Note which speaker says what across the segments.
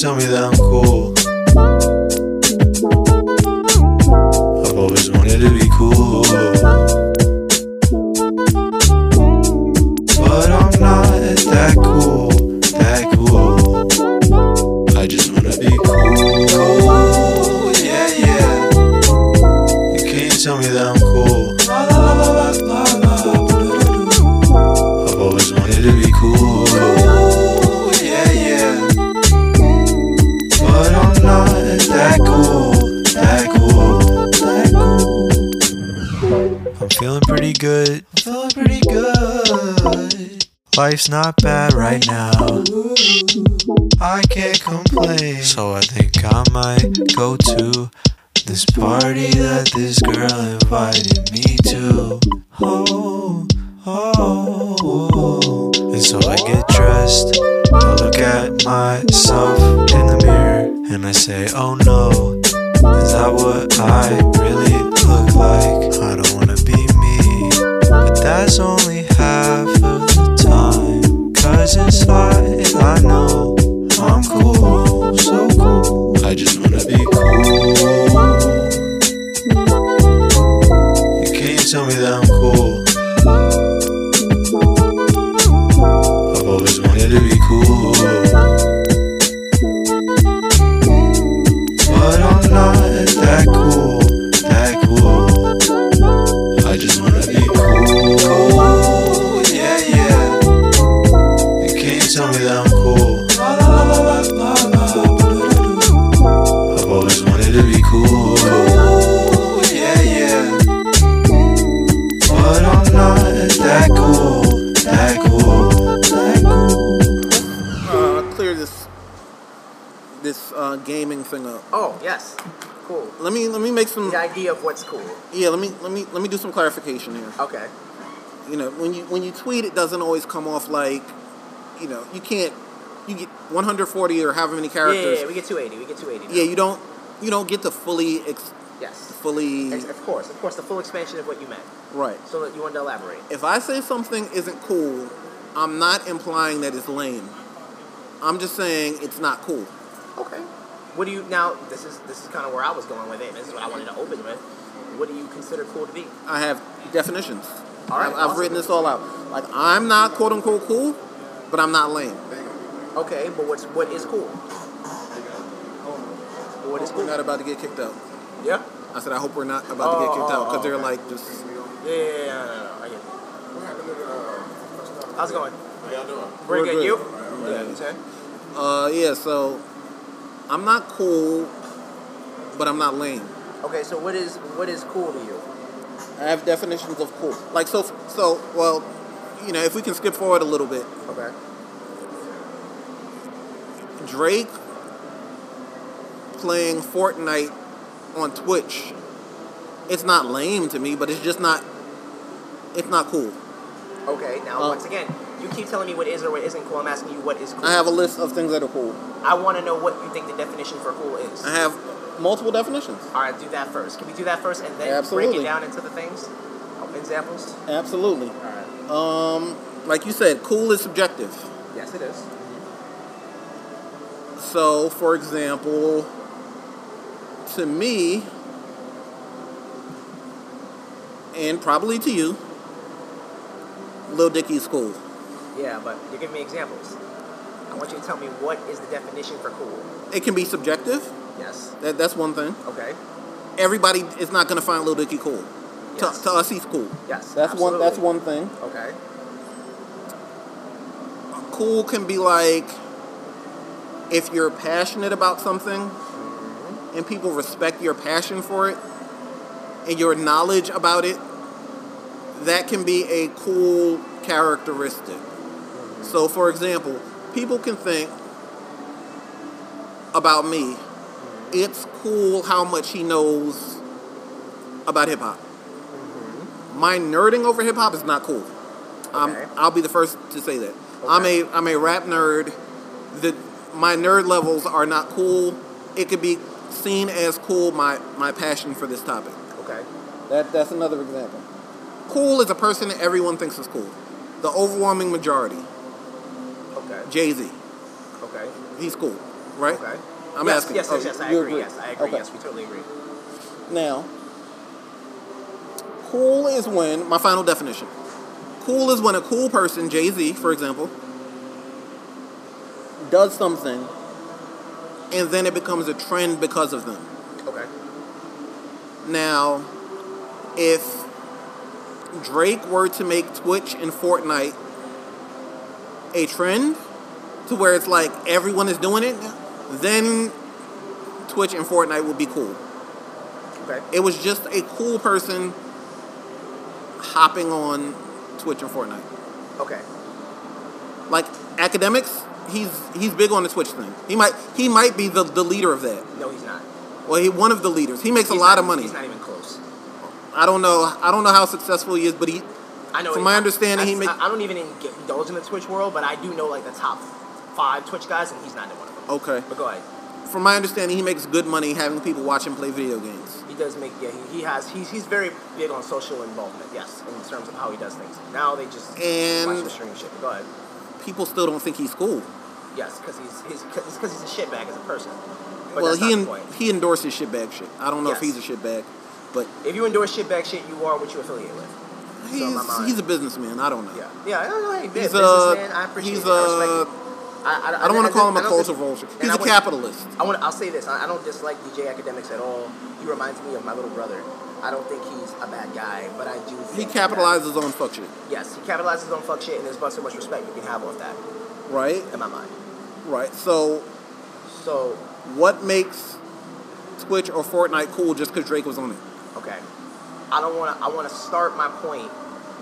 Speaker 1: tell me that I'm cool. I've always wanted to be cool. But I'm not that cool, that cool. I just wanna be cool. Yeah, yeah. You can't tell me that I'm cool. La, la, la, la, la, la, la. I've always wanted to be cool. Yeah, yeah. But I'm not that cool, that cool, that cool. I'm feeling pretty good. I'm feeling pretty good. Life's not bad right now. I can't complain. So I think I might go to this party that this girl invited me to. Oh, oh, oh. And so I get dressed. I look at myself in the mirror and I say, oh no, is that what I really look like? I don't wanna be me, but that's only half of the time. Cause inside I know I'm cool, so cool. I just wanna be cool. You can't tell me that I'm cool. I've always wanted to be cool. But I'm not that cool, that cool. I just wanna be cool. Yeah, yeah. You can't tell me that I'm cool. La, la, la, la, la, la, la. I've always wanted to be cool. Yeah, yeah. But I'm not that cool, that cool, that cool.
Speaker 2: Uh, clear this this uh, gaming thing up.
Speaker 3: Oh, yes. Cool.
Speaker 2: Let me let me make some
Speaker 3: The idea of what's cool.
Speaker 2: yeah. Let me let me let me do some clarification here.
Speaker 3: Okay.
Speaker 2: you know when you when you tweet it doesn't always come off like you know you can't you get 140 or however many
Speaker 3: Yeah, yeah,
Speaker 2: characters
Speaker 3: yeah, we get 280. We get 280. now.
Speaker 2: Yeah, you don't you don't get to fully ex-
Speaker 3: Yes.
Speaker 2: fully
Speaker 3: Ex- Of course, of course, the full expansion of what you meant.
Speaker 2: right
Speaker 3: So that you wanted to elaborate.
Speaker 2: if i say something isn't cool i'm not implying that it's lame i'm just saying it's not cool
Speaker 3: Okay. What do you now? This is this is kind of where I was going with it. and This is what I wanted to open with. What do you consider cool to be?
Speaker 2: i have definitions
Speaker 3: All right,
Speaker 2: I've, I've
Speaker 3: awesome.
Speaker 2: written this all out like i'm not quote unquote cool but i'm not lame
Speaker 3: Okay, but what's what is cool? What is
Speaker 2: we're
Speaker 3: cool?
Speaker 2: not about to get kicked out
Speaker 3: Yeah.
Speaker 2: i said i hope we're not about to
Speaker 3: Oh,
Speaker 2: get kicked
Speaker 3: oh,
Speaker 2: out because
Speaker 3: oh,
Speaker 2: they're
Speaker 3: okay.
Speaker 2: like just
Speaker 3: Yeah, yeah, yeah, yeah, no, no, no, I get it. How's it going? How y'all doing?
Speaker 2: We're
Speaker 3: We're good.
Speaker 2: good.
Speaker 3: You?
Speaker 2: Yeah.
Speaker 3: You say?
Speaker 2: Uh, yeah, so I'm not cool, but I'm not lame.
Speaker 3: Okay, so what is what is cool to you?
Speaker 2: I have definitions of cool. Like, so, so, well, you know, if we can skip forward a little bit,
Speaker 3: Okay.
Speaker 2: Drake playing Fortnite on Twitch, it's not lame to me, but it's just not, it's not cool.
Speaker 3: Okay. Now,
Speaker 2: Uh,
Speaker 3: once again, you keep telling me what is or what isn't cool. I'm asking you what is cool.
Speaker 2: I have a list of things that are cool.
Speaker 3: I want to know what you think the definition for cool is.
Speaker 2: I have multiple definitions.
Speaker 3: All right, do that first. Can we do that first and then break
Speaker 2: Absolutely.
Speaker 3: it down into the things? Oh, examples?
Speaker 2: Absolutely.
Speaker 3: All right.
Speaker 2: Um, like you said, cool is subjective.
Speaker 3: Yes, it is.
Speaker 2: So, for example, to me, and probably to you, Lil Dicky's cool.
Speaker 3: Yeah, but you're giving me examples. I want you to tell me what is the definition for cool.
Speaker 2: It can be subjective.
Speaker 3: Yes.
Speaker 2: That, that's one thing.
Speaker 3: Okay.
Speaker 2: Everybody is not going to find Lil Dicky cool.
Speaker 3: Yes.
Speaker 2: To, to us, he's cool.
Speaker 3: Yes.
Speaker 2: That's one. That's
Speaker 3: absolutely.
Speaker 2: one thing.
Speaker 3: Okay.
Speaker 2: Cool can be like if you're passionate about something, and people respect your passion for it, and your knowledge about it. That can be a cool characteristic. So, for example, people can think about me. It's cool how much he knows about hip hop. My nerding over hip hop is not cool. Um,
Speaker 3: Okay.
Speaker 2: I'll be the first to say that. I'm a I'm a rap nerd. The my nerd levels are not cool. It could be seen as cool my my passion for this topic.
Speaker 3: Okay.
Speaker 2: That that's another example. Cool is a person that everyone thinks is cool. The overwhelming majority.
Speaker 3: Okay.
Speaker 2: Jay Z,
Speaker 3: Okay.
Speaker 2: he's cool. right?
Speaker 3: Okay.
Speaker 2: I'm
Speaker 3: yes,
Speaker 2: asking.
Speaker 3: Yes,
Speaker 2: Oh,
Speaker 3: yes, yes. I
Speaker 2: you
Speaker 3: agree.
Speaker 2: agree.
Speaker 3: Yes, I agree.
Speaker 2: Okay.
Speaker 3: Yes, we totally agree.
Speaker 2: Now, cool is when, my final definition cool is when a cool person, Jay Z, for example, does something and then it becomes a trend because of them.
Speaker 3: Okay.
Speaker 2: Now, if Drake were to make Twitch and Fortnite a trend to where it's like everyone is doing it, then Twitch and Fortnite would be cool.
Speaker 3: Okay.
Speaker 2: It was just a cool person hopping on Twitch and Fortnite.
Speaker 3: Okay.
Speaker 2: Like academics, he's he's big on the Twitch thing. He might he might be the, the leader of that.
Speaker 3: No, he's not.
Speaker 2: Well, he one of the leaders. He makes
Speaker 3: He's
Speaker 2: a lot
Speaker 3: not-
Speaker 2: of money.
Speaker 3: He's not even close.
Speaker 2: I don't know I don't know how successful he is, but he
Speaker 3: I know.
Speaker 2: From my understanding,
Speaker 3: I,
Speaker 2: he make-
Speaker 3: I, I don't even get indulge in the Twitch world, but I do know like the top five Twitch guys, and he's not in one of them.
Speaker 2: okay.
Speaker 3: But go ahead.
Speaker 2: From my understanding, he makes good money having people watch him play video games.
Speaker 3: He does make. Yeah, he, he has. He's he's very big on social involvement. Yes, in terms of how he does things. Now they just watch
Speaker 2: And
Speaker 3: the stream shit. But go ahead.
Speaker 2: people still don't think he's cool.
Speaker 3: Yes, because he's he's because he's a shitbag as a person. But
Speaker 2: well,
Speaker 3: that's not
Speaker 2: he
Speaker 3: the
Speaker 2: en-
Speaker 3: point.
Speaker 2: he endorses shitbag shit. I don't know if
Speaker 3: Yes.
Speaker 2: he's a shitbag, but
Speaker 3: If you endorse shitbag shit, you are what you affiliate with. on my
Speaker 2: he's
Speaker 3: mind.
Speaker 2: he's a businessman. I don't know.
Speaker 3: Yeah, yeah. I don't know. Hey,
Speaker 2: He's
Speaker 3: he's
Speaker 2: a-
Speaker 3: businessman. I appreciate
Speaker 2: he's
Speaker 3: it. I respect
Speaker 2: a-
Speaker 3: it. I, I,
Speaker 2: I don't want to call him a
Speaker 3: I don't dis-
Speaker 2: culture vulture.
Speaker 3: and
Speaker 2: He's
Speaker 3: I
Speaker 2: a
Speaker 3: wouldn't-
Speaker 2: capitalist.
Speaker 3: I want. I'll say this. I, I don't dislike DJ Academics at all. He reminds me of my little brother. I don't think he's a bad guy, but I do.
Speaker 2: He
Speaker 3: Think
Speaker 2: capitalizes on fuck shit,
Speaker 3: that- yes, he capitalizes on fuck shit, and there's about so much respect you can have off that
Speaker 2: right?
Speaker 3: in my mind.
Speaker 2: Right. So,
Speaker 3: So
Speaker 2: what makes Twitch or Fortnite cool just because Drake was on it?
Speaker 3: okay, I don't want to. I want to start my point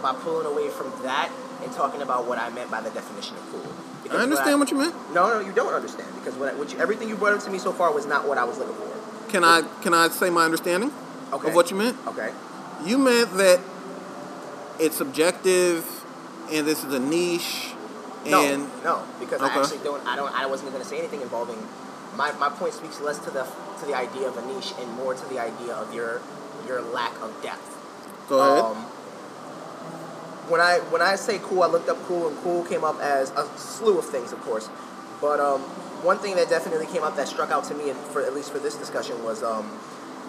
Speaker 3: by pulling away from that and talking about what I meant by the definition of cool. Because
Speaker 2: I understand what you meant.
Speaker 3: No, no, you don't understand because what, I- what you, everything you brought up to me so far was not what I was looking for.
Speaker 2: Can I can I say my understanding
Speaker 3: Okay.
Speaker 2: of what you meant?
Speaker 3: Okay.
Speaker 2: You meant that it's subjective, and this is a niche, and
Speaker 3: no, no, because
Speaker 2: Okay.
Speaker 3: I actually don't. I don't. I wasn't going to say anything involving. My, my point speaks less to the to the idea of a niche and more to the idea of your your lack of depth.
Speaker 2: go ahead.
Speaker 3: Um, when I when I say cool, I looked up cool, and cool came up as a slew of things, of course. But um, one thing that definitely came up that struck out to me, and for at least for this discussion, was um,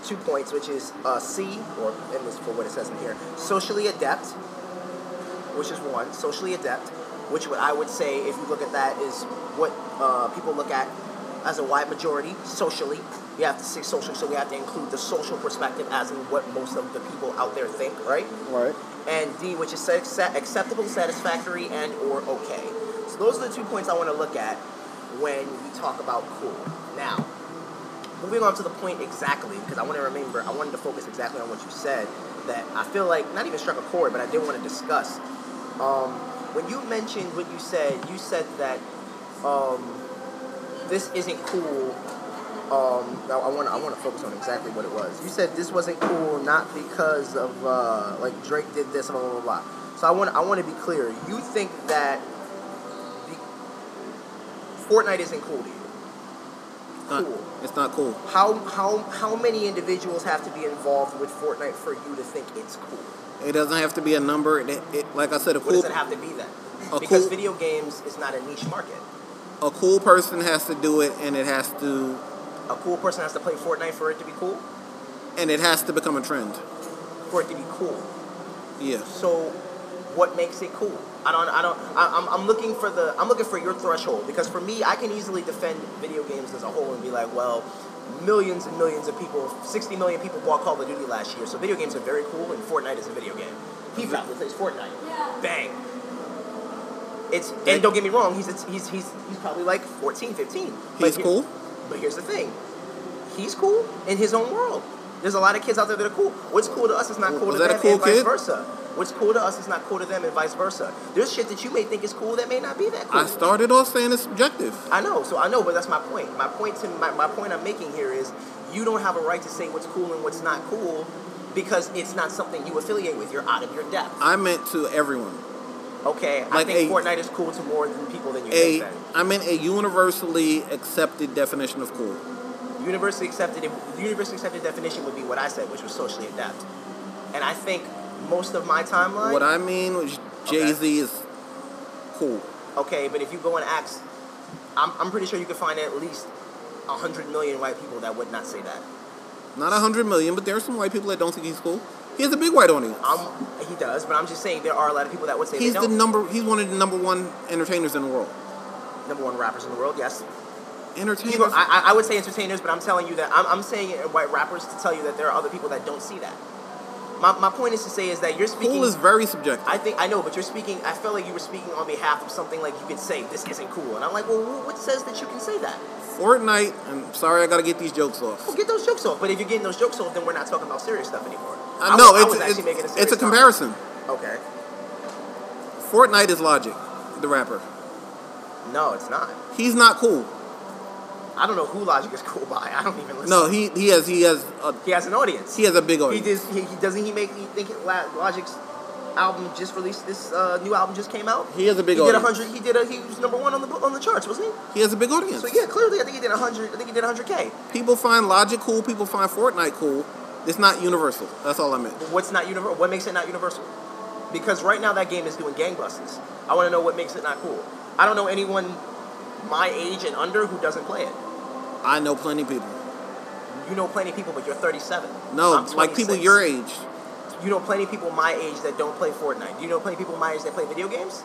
Speaker 3: two points, which is uh, C, or and this is for what it says in here, socially adept, which is one, socially adept, which what I would say, if you look at that, is what uh, people look at as a wide majority socially. We have to say social, so we have to include the social perspective as in what most of the people out there think, Um, right?
Speaker 2: right.
Speaker 3: and D, which is sa- acceptable, satisfactory, and or okay. So those are the two points I want to look at when we talk about cool. Now, moving on to the point exactly, because I want to remember, I wanted to focus exactly on what you said. That I feel like not even struck a chord, but I did want to discuss. Um, when you mentioned what you said, you said that um, this isn't cool um, I want to I want to focus on exactly what it was. You said this wasn't cool, not because of uh, like Drake did this, blah blah blah. blah. So I want I want to be clear. You think that the, Fortnite isn't cool to you?
Speaker 2: It's not,
Speaker 3: Cool.
Speaker 2: it's not cool.
Speaker 3: How how how many individuals have to be involved with Fortnite for you to think it's cool?
Speaker 2: It doesn't have to be a number. It, it, like I said, a
Speaker 3: What
Speaker 2: cool
Speaker 3: does it have to be then?
Speaker 2: A
Speaker 3: Because
Speaker 2: cool-
Speaker 3: video games is not a niche market.
Speaker 2: a cool person has to do it, and it has to
Speaker 3: A cool person has to play Fortnite for it to be cool.
Speaker 2: and it has to become a trend.
Speaker 3: For it to be cool.
Speaker 2: Yes.
Speaker 3: So, what makes it cool? I don't. I don't. I, I'm, I'm looking for the. I'm looking for your threshold because for me, I can easily defend video games as a whole and be like, well, millions and millions of people, 60 million people bought Call of Duty last year, so video games are very cool, and Fortnite is a video game. He probably plays Fortnite. Bang. It's and don't get me wrong, he's he's he's he's probably like 14, 15. But
Speaker 2: He's
Speaker 3: here-
Speaker 2: cool.
Speaker 3: but here's the thing, he's cool in his own world. There's a lot of kids out there that are cool. What's cool to us is not cool
Speaker 2: Was
Speaker 3: to
Speaker 2: that a
Speaker 3: them,
Speaker 2: cool
Speaker 3: and vice
Speaker 2: kid?
Speaker 3: versa. What's cool to us is not cool to them, and vice versa. There's shit that you may think is cool that may not be that cool.
Speaker 2: I started off saying it's subjective.
Speaker 3: I know, so I know, but that's my point. My point to my, my point I'm making here is you don't have a right to say what's cool and what's not cool because it's not something you affiliate with. You're out of your depth.
Speaker 2: I meant to everyone.
Speaker 3: Okay, I
Speaker 2: Like
Speaker 3: think
Speaker 2: a-
Speaker 3: Fortnite is cool to more than people than you
Speaker 2: A
Speaker 3: think. Then.
Speaker 2: I meant a universally accepted definition of cool.
Speaker 3: universally accepted the universally accepted definition would be what I said, which was socially adept. And I think most of my timeline.
Speaker 2: What I mean was Jay Z is cool.
Speaker 3: okay, but if you go and ask, I'm, I'm pretty sure you can find at least hundred million white people that would not say that.
Speaker 2: Not a hundred million, but there are some white people that don't think he's cool. He has a big white audience.
Speaker 3: I'm, he does, but I'm just saying there are a lot of people that would say
Speaker 2: He's
Speaker 3: they
Speaker 2: the
Speaker 3: don't.
Speaker 2: number. He's one of the number one entertainers in the world.
Speaker 3: number one rappers in the world. Yes,
Speaker 2: Entertainers.
Speaker 3: people, I, I- I would say entertainers, but I'm telling you that I'm, I'm saying it, white rappers to tell you that there are other people that don't see that. My, my point is to say is that you're speaking.
Speaker 2: cool is very subjective.
Speaker 3: I think I know, but you're speaking. I felt like you were speaking on behalf of something like you could say this isn't cool, and I'm like, well, wh- what says that you can say that?
Speaker 2: Fortnite. I'm sorry, I gotta get these jokes off.
Speaker 3: Well, get those jokes off. But if you're getting those jokes off, then we're not talking about serious stuff anymore.
Speaker 2: I know
Speaker 3: was- was
Speaker 2: Uh, it's
Speaker 3: actually making
Speaker 2: it's,
Speaker 3: serious
Speaker 2: it's a comparison.
Speaker 3: comment. Okay.
Speaker 2: Fortnite is Logic, the rapper.
Speaker 3: No, it's not.
Speaker 2: He's not cool.
Speaker 3: I don't know who Logic is cool by. I don't even listen.
Speaker 2: No, he he has he has a
Speaker 3: he has an audience.
Speaker 2: he has a big
Speaker 3: He
Speaker 2: audience.
Speaker 3: does. He, he doesn't. He make. He think it- La- Logic's album just released. This uh, new album just came out.
Speaker 2: He has a big
Speaker 3: He did a
Speaker 2: audience.
Speaker 3: hundred. He did a. He was number one on the on the charts, wasn't he?
Speaker 2: He has a big audience.
Speaker 3: So yeah, clearly, I think he did a hundred. I think he did hundred k.
Speaker 2: People find Logic cool. People find Fortnite cool. It's not universal. That's all I meant.
Speaker 3: What's not universal? What makes it not universal? Because right now that game is doing gangbusters. I want to know what makes it not cool. I don't know anyone my age and under who doesn't play it.
Speaker 2: I know plenty of people.
Speaker 3: You know plenty of people, but you're 37.
Speaker 2: No,
Speaker 3: I'm
Speaker 2: like people
Speaker 3: 26.
Speaker 2: your age.
Speaker 3: You know plenty of people my age that don't play Fortnite. You know plenty of people my age that play video games.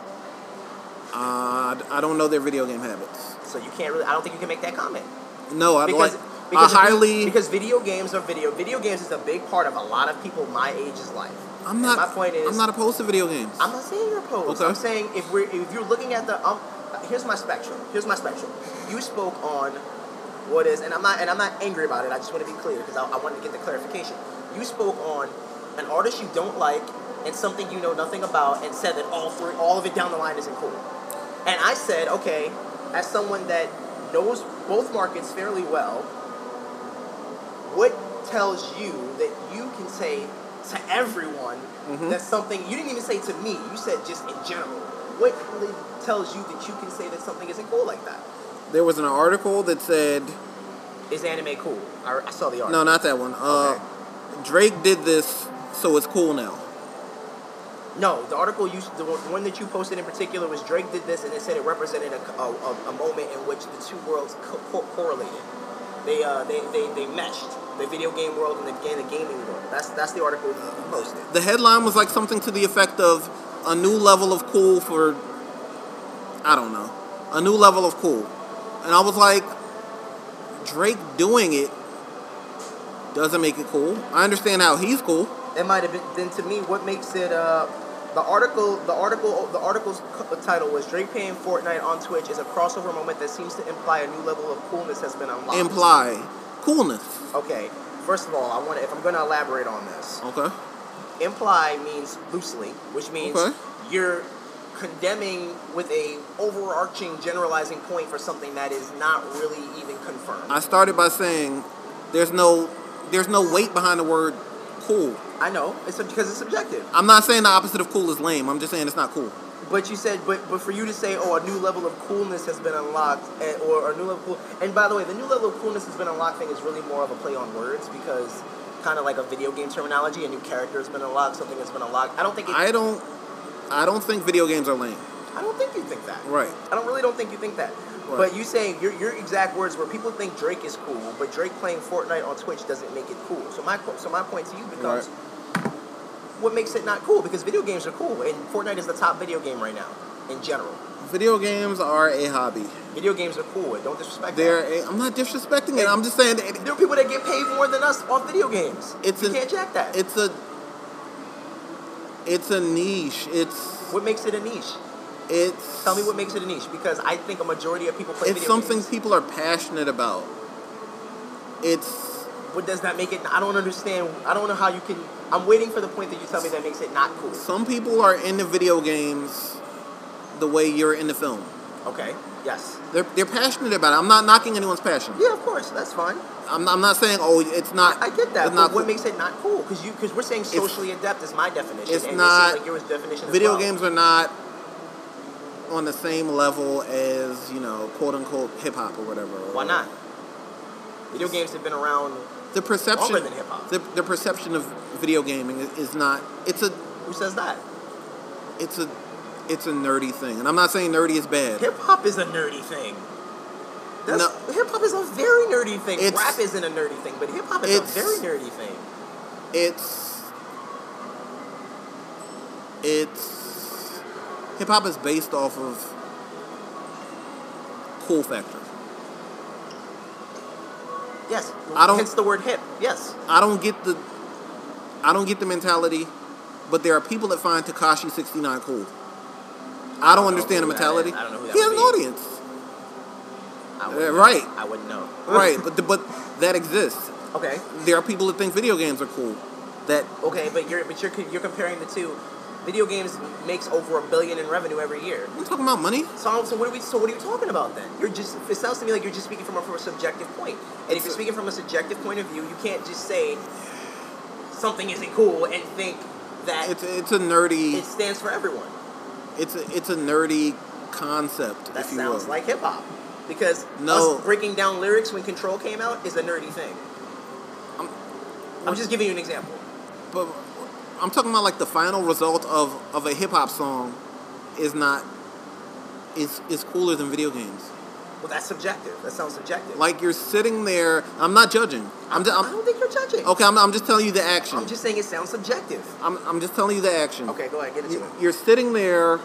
Speaker 2: Uh, I don't know their video game habits.
Speaker 3: So you can't really. I don't think you can make that comment.
Speaker 2: No, I
Speaker 3: because,
Speaker 2: like
Speaker 3: because
Speaker 2: a
Speaker 3: if you-
Speaker 2: highly.
Speaker 3: because video games are video video games is a big part of a lot of people my age's life.
Speaker 2: I'm
Speaker 3: And
Speaker 2: not.
Speaker 3: My point is,
Speaker 2: I'm not opposed to video games.
Speaker 3: I'm not saying you're opposed.
Speaker 2: Okay.
Speaker 3: I'm saying if we're if you're looking at the um, here's my spectrum. Here's my spectrum. You spoke on what is, and I'm not and I'm not angry about it. I just want to be clear because I, I wanted to get the clarification. You spoke on an artist you don't like and something you know nothing about, and said that all three, all of it down the line isn't cool. And I said, okay, as someone that knows both markets fairly well, what tells you that you can say to everyone that something you didn't even say to me you said just in general what really tells you that you can say that something isn't cool like that
Speaker 2: there was an article that said
Speaker 3: is anime cool i, I saw the
Speaker 2: no,
Speaker 3: article
Speaker 2: not that one. Uh, Drake did this, so it's cool now.
Speaker 3: no the article you the one the one that you posted in particular was drake did this and it said it represented a, a, a- a moment in which the two worlds co- co- correlated they, uh, they they they meshed the video game world and the, and the gaming world that's that's the article you posted
Speaker 2: The headline was like something to the effect of a new level of cool for I don't know. A new level of cool. And I was like Drake doing it doesn't make it cool. I understand how he's cool.
Speaker 3: It might have been. Then to me, what makes it uh, the article, the article, the article's co- title was Drake paying Fortnite on Twitch is a crossover moment that seems to imply a new level of coolness has been unlocked.
Speaker 2: Imply coolness.
Speaker 3: okay. First of all, I want to, if I'm going to elaborate on this,
Speaker 2: Okay.
Speaker 3: imply means loosely, which means
Speaker 2: Okay.
Speaker 3: you're condemning with a overarching generalizing point for something that is not really even confirmed.
Speaker 2: I started by saying there's no there's no weight behind the word cool.
Speaker 3: I know it's because it's subjective.
Speaker 2: I'm not saying the opposite of cool is lame. I'm just saying it's not cool.
Speaker 3: But you said, but but for you to say, oh, a new level of coolness has been unlocked, and, or a new level. Of cool, and by the way, the new level of coolness has been unlocked thing is really more of a play on words because kind of like a video game terminology. A new character has been unlocked. Something has been unlocked. I don't think. It, I,
Speaker 2: I don't I don't think video games are lame.
Speaker 3: don't think you think that.
Speaker 2: Right.
Speaker 3: I don't really don't think you think that.
Speaker 2: Right.
Speaker 3: But you saying your your exact words where people think Drake is cool, but Drake playing Fortnite on Twitch doesn't make it cool. So my qu- so my point to you becomes.
Speaker 2: Right.
Speaker 3: What makes it not cool? Because video games are cool, and Fortnite is the top video game right now, in general.
Speaker 2: Video games are a hobby.
Speaker 3: Video games are cool. and Don't disrespect. them.
Speaker 2: They're a, I'm not disrespecting it. I'm just saying that it,
Speaker 3: There are people that get paid more than us off video games.
Speaker 2: It's
Speaker 3: you
Speaker 2: an-
Speaker 3: can't jack that.
Speaker 2: it's a it's a niche. It's
Speaker 3: what makes it a niche?
Speaker 2: it's
Speaker 3: Tell me what makes it a niche because I think a majority of people play
Speaker 2: it's
Speaker 3: video
Speaker 2: something
Speaker 3: games.
Speaker 2: people are passionate about. It's
Speaker 3: What does that make it? I don't understand. I don't know how you can. I'm waiting for the point that you tell me that makes it not cool.
Speaker 2: some people are into video games the way you're into film.
Speaker 3: Okay. Yes.
Speaker 2: They're, they're passionate about it. I'm not knocking anyone's passion.
Speaker 3: Yeah, of course. That's fine.
Speaker 2: I'm, I'm not saying oh it's not.
Speaker 3: I get that.
Speaker 2: It's
Speaker 3: But
Speaker 2: not
Speaker 3: what
Speaker 2: cool.
Speaker 3: makes it not cool? Because you because we're saying socially adept is my definition.
Speaker 2: it's
Speaker 3: and
Speaker 2: not-
Speaker 3: It seems like yours definition. as
Speaker 2: video
Speaker 3: well.
Speaker 2: games are not on the same level as you know quote unquote hip hop or whatever.
Speaker 3: Why not? Video games have been around.
Speaker 2: The perception
Speaker 3: Longer than hip-hop.
Speaker 2: The, the perception of video gaming is, is not. It's a
Speaker 3: Who says that?
Speaker 2: it's a it's a nerdy thing, and I'm not saying nerdy is bad.
Speaker 3: Hip hop is a nerdy thing. That's,
Speaker 2: No.
Speaker 3: Hip hop is a very nerdy thing.
Speaker 2: It's-
Speaker 3: Rap isn't a nerdy thing, but hip hop is a
Speaker 2: it's-
Speaker 3: very nerdy thing.
Speaker 2: It's it's hip hop is based off of cool factor.
Speaker 3: Yes.
Speaker 2: I don't-
Speaker 3: Hence the word hip. Yes.
Speaker 2: I don't get the I don't get the mentality, but there are people that find Takashi 69 cool. I don't understand the
Speaker 3: who that is.
Speaker 2: mentality.
Speaker 3: I don't know who that
Speaker 2: he has an
Speaker 3: would be.
Speaker 2: audience.
Speaker 3: I wouldn't
Speaker 2: Uh,
Speaker 3: know.
Speaker 2: right.
Speaker 3: I wouldn't know.
Speaker 2: right, but the, but that exists.
Speaker 3: Okay.
Speaker 2: There are people that think video games are cool. That
Speaker 3: Okay, but you're but you're you're comparing the two. Video games makes over a billion in revenue every year.
Speaker 2: I'm talking about money.
Speaker 3: So, so what are we? So what are you talking about then? You're just. It sounds to me like you're just speaking from a, from a subjective point. And if you're speaking from a subjective point of view, you can't just say something isn't cool and think that
Speaker 2: It's it's a nerdy
Speaker 3: it stands for everyone.
Speaker 2: it's a, it's a nerdy concept.
Speaker 3: That
Speaker 2: if you
Speaker 3: sounds
Speaker 2: will.
Speaker 3: like hip hop. Because
Speaker 2: No.
Speaker 3: us breaking down lyrics when Control came out is a nerdy thing. I'm, I'm just giving you an example.
Speaker 2: But I'm talking about like the final result of, of a hip hop song is not is is cooler than video games.
Speaker 3: Well, that's subjective. That sounds subjective.
Speaker 2: Like you're sitting there. I'm not judging. I'm, just,
Speaker 3: I
Speaker 2: I'm
Speaker 3: don't think you're judging.
Speaker 2: okay. I'm, I'm just telling you the action.
Speaker 3: I'm just saying it sounds subjective.
Speaker 2: I'm, I'm just telling you the action.
Speaker 3: Okay, go ahead, get into
Speaker 2: You-
Speaker 3: it.
Speaker 2: You're sitting there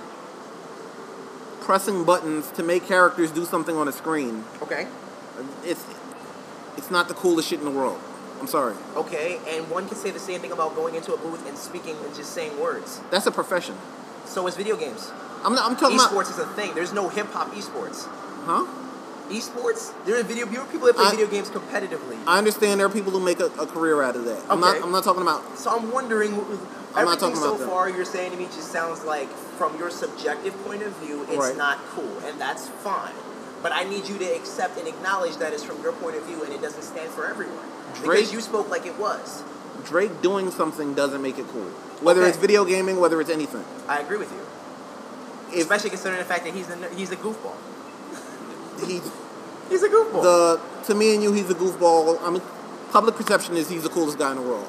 Speaker 2: pressing buttons to make characters do something on a screen.
Speaker 3: Okay.
Speaker 2: It's it's not the coolest shit in the world. I'm sorry.
Speaker 3: Okay, and one can say the same thing about going into a booth and speaking and just saying words.
Speaker 2: That's a profession.
Speaker 3: So is video games.
Speaker 2: I'm not, I'm talking
Speaker 3: Esports is a thing. There's no hip hop esports.
Speaker 2: about huh?
Speaker 3: Esports? There are video there are people that play
Speaker 2: I-
Speaker 3: video games competitively.
Speaker 2: I understand there are people who make a, a career out of that. I'm not
Speaker 3: Okay.
Speaker 2: I'm not talking about
Speaker 3: so I'm wondering.
Speaker 2: I'm not
Speaker 3: everything
Speaker 2: talking
Speaker 3: so
Speaker 2: about that.
Speaker 3: far you're saying to me just sounds like, from your subjective point of view, it's
Speaker 2: Right.
Speaker 3: not cool, and that's fine. But I need you to accept and acknowledge that it's from your point of view, and it doesn't stand for everyone.
Speaker 2: Drake-
Speaker 3: Because you spoke like it was.
Speaker 2: Drake doing something doesn't make it cool. Whether
Speaker 3: Okay.
Speaker 2: it's video gaming, whether it's anything.
Speaker 3: I agree with you,
Speaker 2: If
Speaker 3: especially considering the fact that he's a he's a goofball.
Speaker 2: he
Speaker 3: He's a goofball.
Speaker 2: the to me and you he's a goofball. I mean public perception is he's the coolest guy in the world.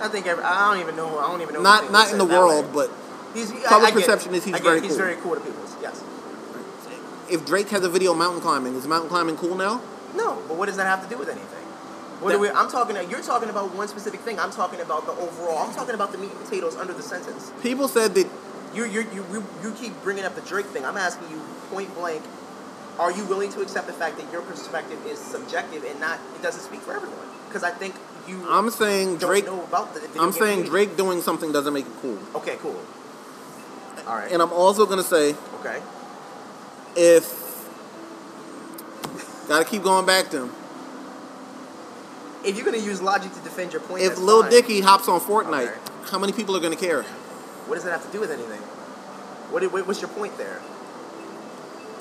Speaker 3: I think every, I don't even know. I don't even know.
Speaker 2: Not not in the world, but
Speaker 3: but he's, I-
Speaker 2: public
Speaker 3: I get it.
Speaker 2: perception is he's
Speaker 3: I get
Speaker 2: very
Speaker 3: it.
Speaker 2: cool.
Speaker 3: He's very cool to people. Yes.
Speaker 2: if Drake has a video mountain climbing, is mountain climbing cool now?
Speaker 3: No, but what does that have to do with anything? What
Speaker 2: That-
Speaker 3: do we, I'm talking. You're talking about one specific thing. I'm talking about the overall. I'm talking about the meat and potatoes under the sentence.
Speaker 2: People said that
Speaker 3: You you you you, you keep bringing up the Drake thing. I'm asking you point blank. Are you willing to accept the fact that your perspective is subjective and not it doesn't speak for everyone? Because I think you
Speaker 2: I'm saying
Speaker 3: don't
Speaker 2: Drake
Speaker 3: know about the. video
Speaker 2: I'm
Speaker 3: game
Speaker 2: saying
Speaker 3: community.
Speaker 2: Drake doing something doesn't make it cool.
Speaker 3: Okay, cool. All right.
Speaker 2: And I'm also gonna say
Speaker 3: okay.
Speaker 2: if gotta keep going back to him.
Speaker 3: If you're gonna use logic to defend your point,
Speaker 2: If
Speaker 3: that's
Speaker 2: Lil
Speaker 3: fine.
Speaker 2: Dicky hops on Fortnite,
Speaker 3: Okay.
Speaker 2: how many people are gonna care?
Speaker 3: what does that have to do with anything? What, did- what what's your point there?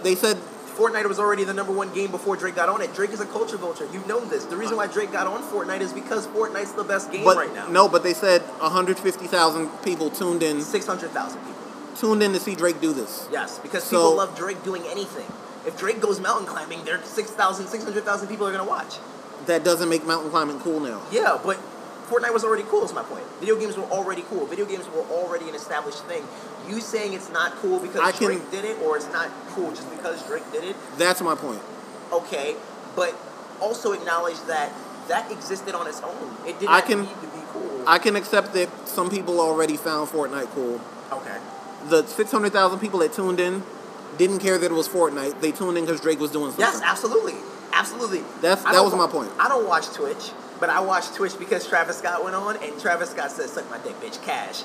Speaker 2: They said
Speaker 3: Fortnite was already the number one game before Drake got on it. Drake is a culture vulture. You've known this. The reason why Drake got on Fortnite is because Fortnite's the best game
Speaker 2: but
Speaker 3: right now.
Speaker 2: no, but they said 150,000 people tuned in
Speaker 3: six hundred thousand people.
Speaker 2: tuned in to see Drake do this.
Speaker 3: Yes, because
Speaker 2: So-
Speaker 3: people love Drake doing anything. If Drake goes mountain climbing, there 6,000, 600,000 people are gonna watch.
Speaker 2: That doesn't make mountain climbing cool now.
Speaker 3: Yeah, but Fortnite was already cool. Is my point. Video games were already cool. Video games were already an established thing. You saying it's not cool because
Speaker 2: I can-
Speaker 3: Drake did it, or it's not cool just because Drake did it,
Speaker 2: That's my point.
Speaker 3: okay, but also acknowledge that that existed on its own. It did
Speaker 2: I
Speaker 3: not
Speaker 2: can-
Speaker 3: need to be cool.
Speaker 2: I can accept that some people already found Fortnite cool.
Speaker 3: okay.
Speaker 2: The 600,000 people that tuned in didn't care that it was Fortnite. They tuned in because Drake was doing something.
Speaker 3: Yes, absolutely, absolutely.
Speaker 2: That's-
Speaker 3: I
Speaker 2: that
Speaker 3: don't
Speaker 2: was
Speaker 3: wa-
Speaker 2: my point.
Speaker 3: I don't watch Twitch, but I watch Twitch because Travis Scott went on, and Travis Scott said, "Suck my dick, bitch, cash."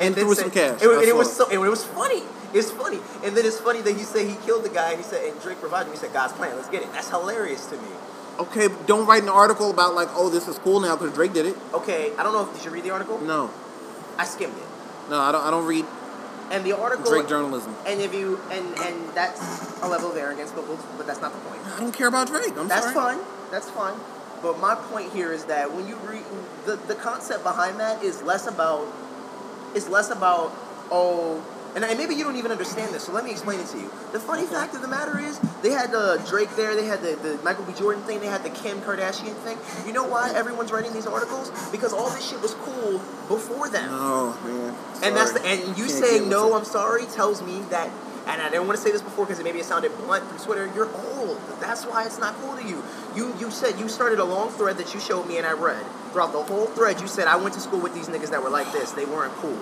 Speaker 2: And
Speaker 3: then
Speaker 2: threw
Speaker 3: said-
Speaker 2: some cash.
Speaker 3: It, wa-
Speaker 2: I
Speaker 3: and it
Speaker 2: saw
Speaker 3: was
Speaker 2: it.
Speaker 3: so. and It was funny. It's funny, and then it's funny that he said he killed the guy, and he said, and Drake revived him. He said, "God's plan, let's get it." That's hilarious to me.
Speaker 2: Okay, but don't write an article about like, oh, this is cool now because Drake did it.
Speaker 3: Okay, I don't know if did you read the article.
Speaker 2: No,
Speaker 3: I skimmed it,
Speaker 2: no, I don't. I don't read
Speaker 3: and the article
Speaker 2: Drake journalism.
Speaker 3: And if you and and that's a level of arrogance, but we'll, but that's not the point.
Speaker 2: I don't care about Drake. I'm
Speaker 3: That's
Speaker 2: sorry.
Speaker 3: fine. That's fine. But my point here is that when you read the the concept behind that is less about it's less about oh and, and maybe you don't even understand this, so let me explain it to you. The funny fact of the matter is, they had the Drake there, they had the, the Michael B. Jordan thing, they had the Kim Kardashian thing. You know why everyone's writing these articles? Because all this shit was cool before them.
Speaker 2: Oh man.
Speaker 3: And that's the,
Speaker 2: Sorry.
Speaker 3: and you
Speaker 2: Can't deal
Speaker 3: saying
Speaker 2: with
Speaker 3: no,
Speaker 2: it.
Speaker 3: I'm sorry, tells me that and I didn't want to say this before because maybe it sounded blunt through Twitter. You're old. That's why it's not cool to you. You you said you started a long thread that you showed me and I read. Throughout the whole thread, you said I went to school with these niggas that were like this. They weren't cool.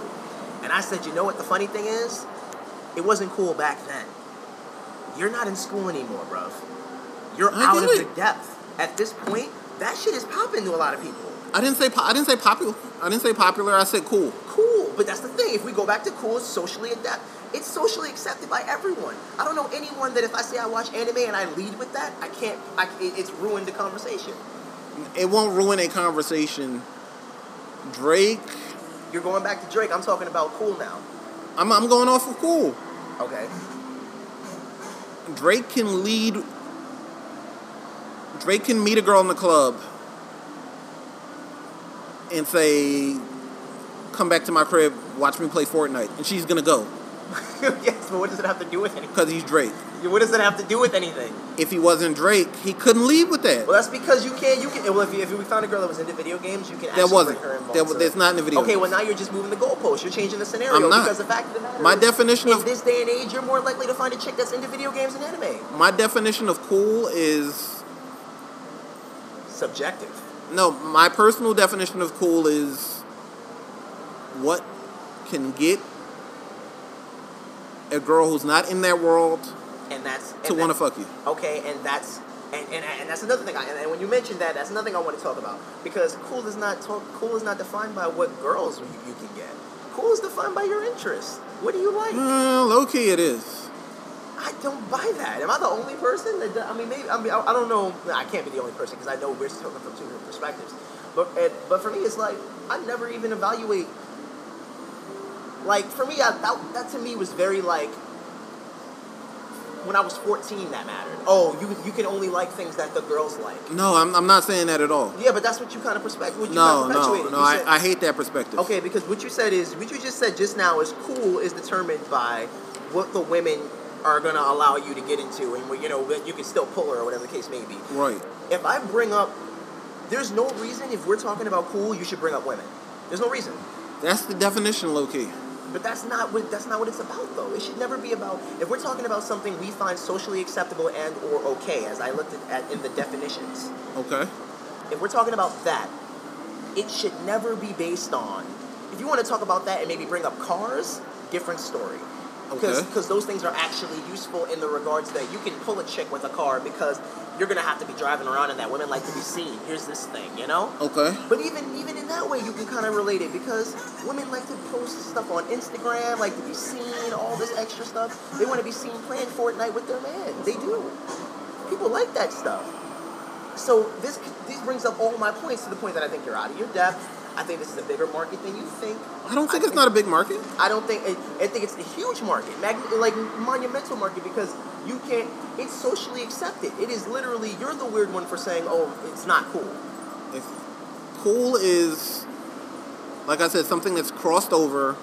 Speaker 3: And I said, you know what? The funny thing is, it wasn't cool back then. You're not in school anymore, bruv. You're
Speaker 2: I
Speaker 3: out of
Speaker 2: get
Speaker 3: the
Speaker 2: it.
Speaker 3: depth. At this point, that shit is popping to a lot of people.
Speaker 2: I didn't say po- I didn't say popular. I didn't say popular. I said cool.
Speaker 3: cool. But that's the thing. If we go back to cool, it's socially adept. It's socially accepted by everyone. I don't know anyone that if I say I watch anime and I lead with that, I can't. I, it- it's ruined the conversation.
Speaker 2: It won't ruin a conversation. Drake,
Speaker 3: You're going back to Drake. I'm talking about cool now.
Speaker 2: I'm I'm going off of cool.
Speaker 3: Okay.
Speaker 2: Drake can lead. Drake can meet a girl in the club and say, "Come back to my crib, watch me play Fortnite," and she's gonna go
Speaker 3: yes, but what does it have to do with anything?
Speaker 2: because he's Drake.
Speaker 3: What does it have to do with anything?
Speaker 2: If he wasn't Drake, he couldn't lead with that.
Speaker 3: Well, that's because you can't. You can. Well, if, you, if we found a girl that was into video games, you can.
Speaker 2: That
Speaker 3: actually
Speaker 2: wasn't.
Speaker 3: bring her involved
Speaker 2: That,
Speaker 3: to
Speaker 2: wa- that's not in the video.
Speaker 3: Okay, well now you're just moving the goalpost. You're changing the scenario
Speaker 2: I'm not.
Speaker 3: because the fact of the matter
Speaker 2: My
Speaker 3: is,
Speaker 2: definition
Speaker 3: in
Speaker 2: of-
Speaker 3: this day and age, you're more likely to find a chick that's into video games and anime.
Speaker 2: My definition of cool is
Speaker 3: Subjective.
Speaker 2: No, my personal definition of cool is what can get a girl who's not in that world
Speaker 3: and that's and
Speaker 2: to want to fuck
Speaker 3: that's-
Speaker 2: you.
Speaker 3: Okay, and that's and, and, and that's another thing. I, and when you mentioned that, that's another thing I want to talk about because cool is not talk, cool is not defined by what girls you, you can get. Cool is defined by your interest. What do you like?
Speaker 2: Uh, low key, it is.
Speaker 3: I don't buy that. Am I the only person that? do- I mean, maybe I mean I, I don't know. I can't be the only person because I know we're talking from two different perspectives. But it, but for me, it's like I never even evaluate. Like for me, I, that, that to me was very like when I was fourteen. That mattered. Oh, you you can only like things that the girls like.
Speaker 2: No, I'm, I'm not saying that at all.
Speaker 3: Yeah, but that's what you kind of perspective. What you
Speaker 2: No,
Speaker 3: kind of
Speaker 2: no,
Speaker 3: perpetuated.
Speaker 2: no.
Speaker 3: You
Speaker 2: I,
Speaker 3: said-
Speaker 2: I hate that perspective.
Speaker 3: Okay, because what you said is what you just said just now is cool is determined by what the women are gonna allow you to get into, and what you know that you can still pull her or whatever the case may be.
Speaker 2: Right.
Speaker 3: If I bring up, there's no reason if we're talking about cool, you should bring up women. There's no reason.
Speaker 2: That's the definition, low key.
Speaker 3: But that's not what that's not what it's about though. It should never be about if we're talking about something we find socially acceptable and or okay, as I looked at, at in the definitions.
Speaker 2: Okay.
Speaker 3: if we're talking about that, it should never be based on. If you want to talk about that and maybe bring up cars, different story. Because
Speaker 2: Okay.
Speaker 3: those things are actually useful in the regards that you can pull a chick with a car because you're gonna have to be driving around and that women like to be seen. Here's this thing, you know.
Speaker 2: Okay.
Speaker 3: But even even in that way, you can kind of relate it because women like to post stuff on Instagram, like to be seen, all this extra stuff. They want to be seen playing Fortnite with their man. They do. People like that stuff. So this this brings up all my points to the point that I think you're out of your depth. I think this is a bigger market than you think.
Speaker 2: I don't think it's not a big market.
Speaker 3: I don't think. I I think it's a huge market, mag- like monumental market, because you can't. It's socially accepted. It is literally you're the weird one for saying, "Oh, it's not cool."
Speaker 2: If cool is, like I said, something that's crossed over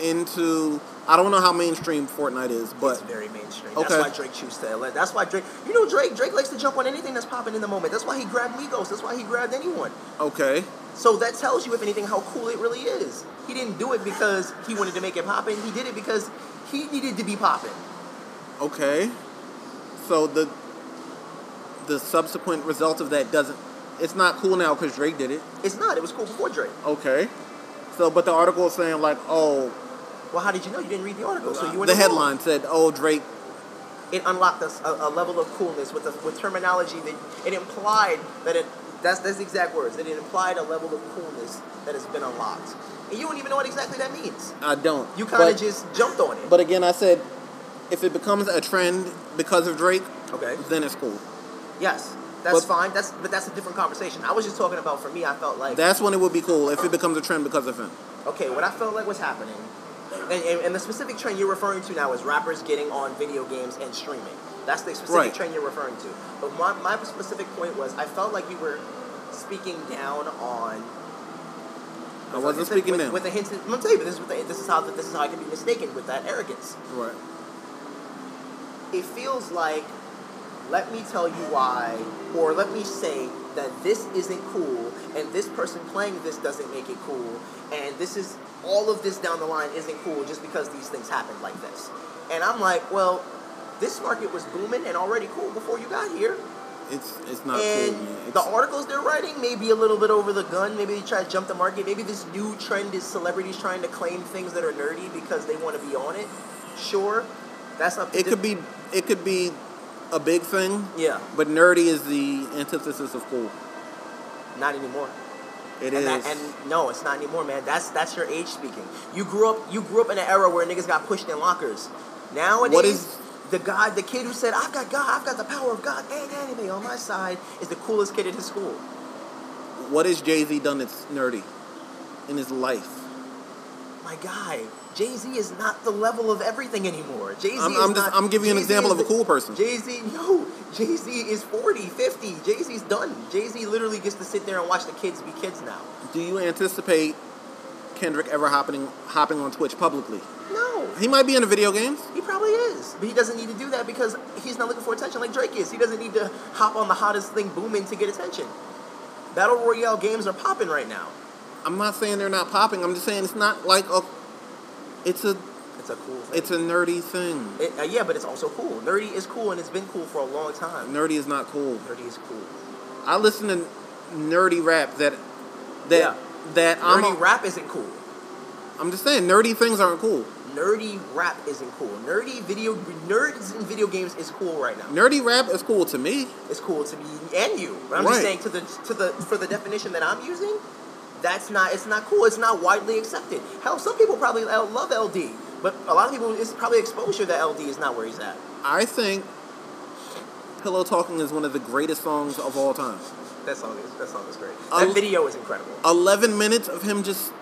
Speaker 2: into. I don't know how mainstream Fortnite is, but
Speaker 3: It's very mainstream.
Speaker 2: Okay.
Speaker 3: That's why Drake chooses to. LA. That's why Drake. You know Drake. Drake likes to jump on anything that's popping in the moment. That's why he grabbed Migos. That's why he grabbed anyone.
Speaker 2: okay.
Speaker 3: So that tells you, if anything, how cool it really is. He didn't do it because he wanted to make it poppin'. He did it because he needed to be poppin'.
Speaker 2: Okay. So the the subsequent result of that doesn't it's not cool now because Drake did it.
Speaker 3: It's not. It was cool before Drake.
Speaker 2: Okay. So but the article is saying like, oh
Speaker 3: Well, how did you know? You didn't read the article, so you were
Speaker 2: the headline said, Oh Drake
Speaker 3: It unlocked us a, a level of coolness with a, with terminology that it implied that it. That's that's the exact words. That it implied a level of coolness that has been unlocked, and you don't even know what exactly that means.
Speaker 2: I don't.
Speaker 3: You kind
Speaker 2: But-
Speaker 3: of just jumped on it.
Speaker 2: But again I said if it becomes a trend because of Drake,
Speaker 3: okay.
Speaker 2: then it's cool.
Speaker 3: Yes,
Speaker 2: But-
Speaker 3: that's fine. That's but that's a different conversation. I was just talking about for me. I felt like
Speaker 2: That's when it would be cool if it becomes a trend because of him.
Speaker 3: okay, what I felt like was happening, and, and, and the specific trend you're referring to now is rappers getting on video games and streaming. That's the specific
Speaker 2: Right.
Speaker 3: trend you're referring to. But my, my specific point was I felt like you were speaking down on.
Speaker 2: I wasn't speaking
Speaker 3: with,
Speaker 2: now.
Speaker 3: With a hint, I'm gonna tell you, but this is what they, this is how this is how I can be mistaken with that arrogance.
Speaker 2: Right.
Speaker 3: It feels like let me tell you why, or let me say that this isn't cool, and this person playing this doesn't make it cool, and this is all of this down the line isn't cool just because these things happened like this. And I'm like, well, this market was booming and already cool before you got here.
Speaker 2: It's it's not
Speaker 3: and
Speaker 2: cool. man. It's,
Speaker 3: the articles they're writing may be a little bit over the gun. Maybe they try to jump the market. Maybe this new trend is celebrities trying to claim things that are nerdy because they want to be on it. Sure, that's not.
Speaker 2: it could be it could be a big thing,
Speaker 3: Yeah,
Speaker 2: but nerdy is the antithesis of cool.
Speaker 3: not anymore.
Speaker 2: It
Speaker 3: and,
Speaker 2: is.
Speaker 3: that- and no, it's not anymore, man. That's that's your age speaking. You grew up you grew up in an era where niggas got pushed in lockers. Nowadays,
Speaker 2: What is-
Speaker 3: the guy, the kid who said, "I've got God, I've got the power of God and anime on my side," is the coolest kid at his school.
Speaker 2: what has Jay Z done that's nerdy in his life?
Speaker 3: My guy, Jay Z is not the level of everything anymore. Jay Z.
Speaker 2: I'm, I'm just I'm giving you an example of a cool person.
Speaker 3: Jay Z, no. Jay Z is 40, 50. Jay Z's done. Jay Z literally gets to sit there and watch the kids be kids now.
Speaker 2: Do you anticipate Kendrick ever hopping hopping on Twitch publicly?
Speaker 3: No.
Speaker 2: He might be into video games.
Speaker 3: He probably is, but he doesn't need to do that because he's not looking for attention like Drake is. He doesn't need to hop on the hottest thing booming to get attention. Battle Royale games are popping right now.
Speaker 2: I'm not saying they're not popping. I'm just saying it's not like a. It's a
Speaker 3: It's a cool thing.
Speaker 2: it's a nerdy thing.
Speaker 3: It- uh, yeah, but it's also cool. Nerdy is cool, and it's been cool for a long time.
Speaker 2: Nerdy is not cool.
Speaker 3: Nerdy is cool.
Speaker 2: I listen to nerdy rap that that
Speaker 3: Yeah.
Speaker 2: that I'm
Speaker 3: Nerdy rap isn't cool.
Speaker 2: I'm just saying nerdy things aren't cool.
Speaker 3: Nerdy rap isn't cool. Nerdy video nerds in video games is cool right now.
Speaker 2: Nerdy rap is cool to me.
Speaker 3: It's cool to me and you. But I'm just
Speaker 2: Right.
Speaker 3: saying to the to the for the definition that I'm using, that's not it's not cool. It's not widely accepted. Hell, some people probably l- love LD, but a lot of people it's probably exposure that LD is not where he's at.
Speaker 2: I think Pillow Talking is one of the greatest songs of all time.
Speaker 3: That song is that song is great.
Speaker 2: Um,
Speaker 3: that video is incredible.
Speaker 2: 11 minutes of him just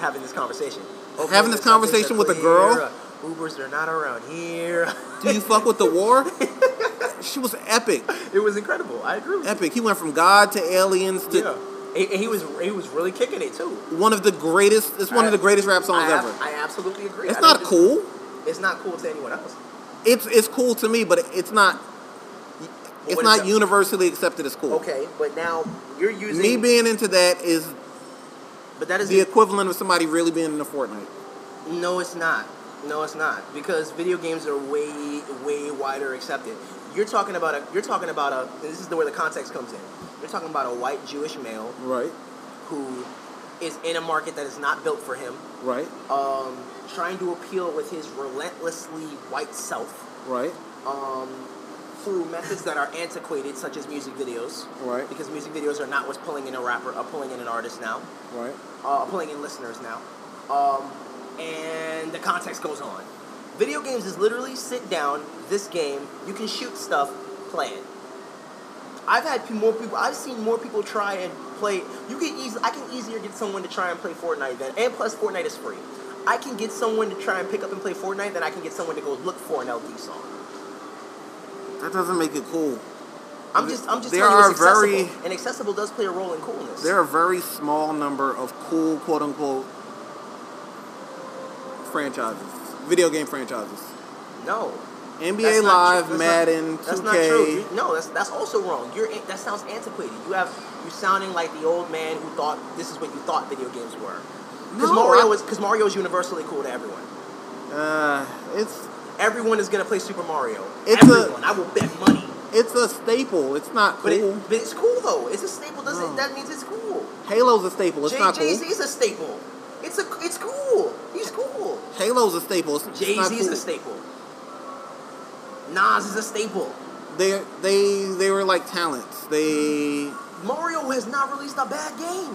Speaker 3: Having this conversation.
Speaker 2: Having this conversation with a girl?
Speaker 3: Ubers are not around here.
Speaker 2: do you fuck with the war? She was epic.
Speaker 3: it was incredible. I agree. With you.
Speaker 2: Epic. He went from God to aliens to
Speaker 3: Yeah. And- and he was he was really kicking it too.
Speaker 2: one of the greatest it's one of the greatest rap songs
Speaker 3: I, ab-
Speaker 2: ever.
Speaker 3: I absolutely agree.
Speaker 2: it's
Speaker 3: I
Speaker 2: not
Speaker 3: don't dis-
Speaker 2: cool.
Speaker 3: It's not cool to anyone else.
Speaker 2: It's it's cool to me, but it's not it's
Speaker 3: what is
Speaker 2: not
Speaker 3: that?
Speaker 2: universally accepted as cool.
Speaker 3: Okay, but now you're using
Speaker 2: Me being into that is
Speaker 3: But that is
Speaker 2: the equivalent of somebody really being into Fortnite.
Speaker 3: no, it's not. No, it's not because video games are way, way wider accepted. You're talking about a. You're talking about a. and This is the where the context comes in. You're talking about a white Jewish male
Speaker 2: Right.
Speaker 3: who is in a market that is not built for him,
Speaker 2: Right.
Speaker 3: um, trying to appeal with his relentlessly white self
Speaker 2: Right.
Speaker 3: um, through methods that are antiquated, such as music videos.
Speaker 2: Right.
Speaker 3: Because music videos are not what's pulling in a rapper, are pulling in an artist now.
Speaker 2: Right.
Speaker 3: uh, pulling in listeners now. Um, and the context goes on. Video games is literally sit down, this game, you can shoot stuff, play it. I've had pe- more people. I've seen more people try and play. You can easy. I can easier get someone to try and play Fortnite than. And plus, Fortnite is free. I can get someone to try and pick up and play Fortnite than I can get someone to go look for an LD song.
Speaker 2: That doesn't make it cool.
Speaker 3: I'm just. I'm just.
Speaker 2: There
Speaker 3: telling you it's
Speaker 2: are very-
Speaker 3: accessible, and accessible does play a role in coolness.
Speaker 2: There are a very small number of cool, quote unquote, franchises, video game franchises.
Speaker 3: no.
Speaker 2: NBA
Speaker 3: That's not
Speaker 2: Live,
Speaker 3: true. That's
Speaker 2: Madden,
Speaker 3: not, that's
Speaker 2: 2K.
Speaker 3: not true. You- no, that's that's also wrong. You're that sounds antiquated. You have you sounding like the old man who thought this is what you thought video games were. Because
Speaker 2: No,
Speaker 3: Mario
Speaker 2: I-
Speaker 3: is because Mario is universally cool to everyone.
Speaker 2: Uh, it's
Speaker 3: Everyone is gonna play Super Mario.
Speaker 2: It's a-
Speaker 3: everyone. I will bet money.
Speaker 2: it's a staple. It's not
Speaker 3: But,
Speaker 2: cool.
Speaker 3: it, but it's cool though. It's a staple.
Speaker 2: No.
Speaker 3: Doesn't that means it's cool?
Speaker 2: Halo's a staple. It's
Speaker 3: Jay
Speaker 2: not
Speaker 3: Jay
Speaker 2: cool.
Speaker 3: Z is a staple. It's a it's cool. He's cool.
Speaker 2: Halo's a staple. It's, it's
Speaker 3: Jay
Speaker 2: not
Speaker 3: Z is
Speaker 2: cool.
Speaker 3: a staple. Nas is a staple.
Speaker 2: They they they were like talents. They
Speaker 3: Mario has not released a bad game.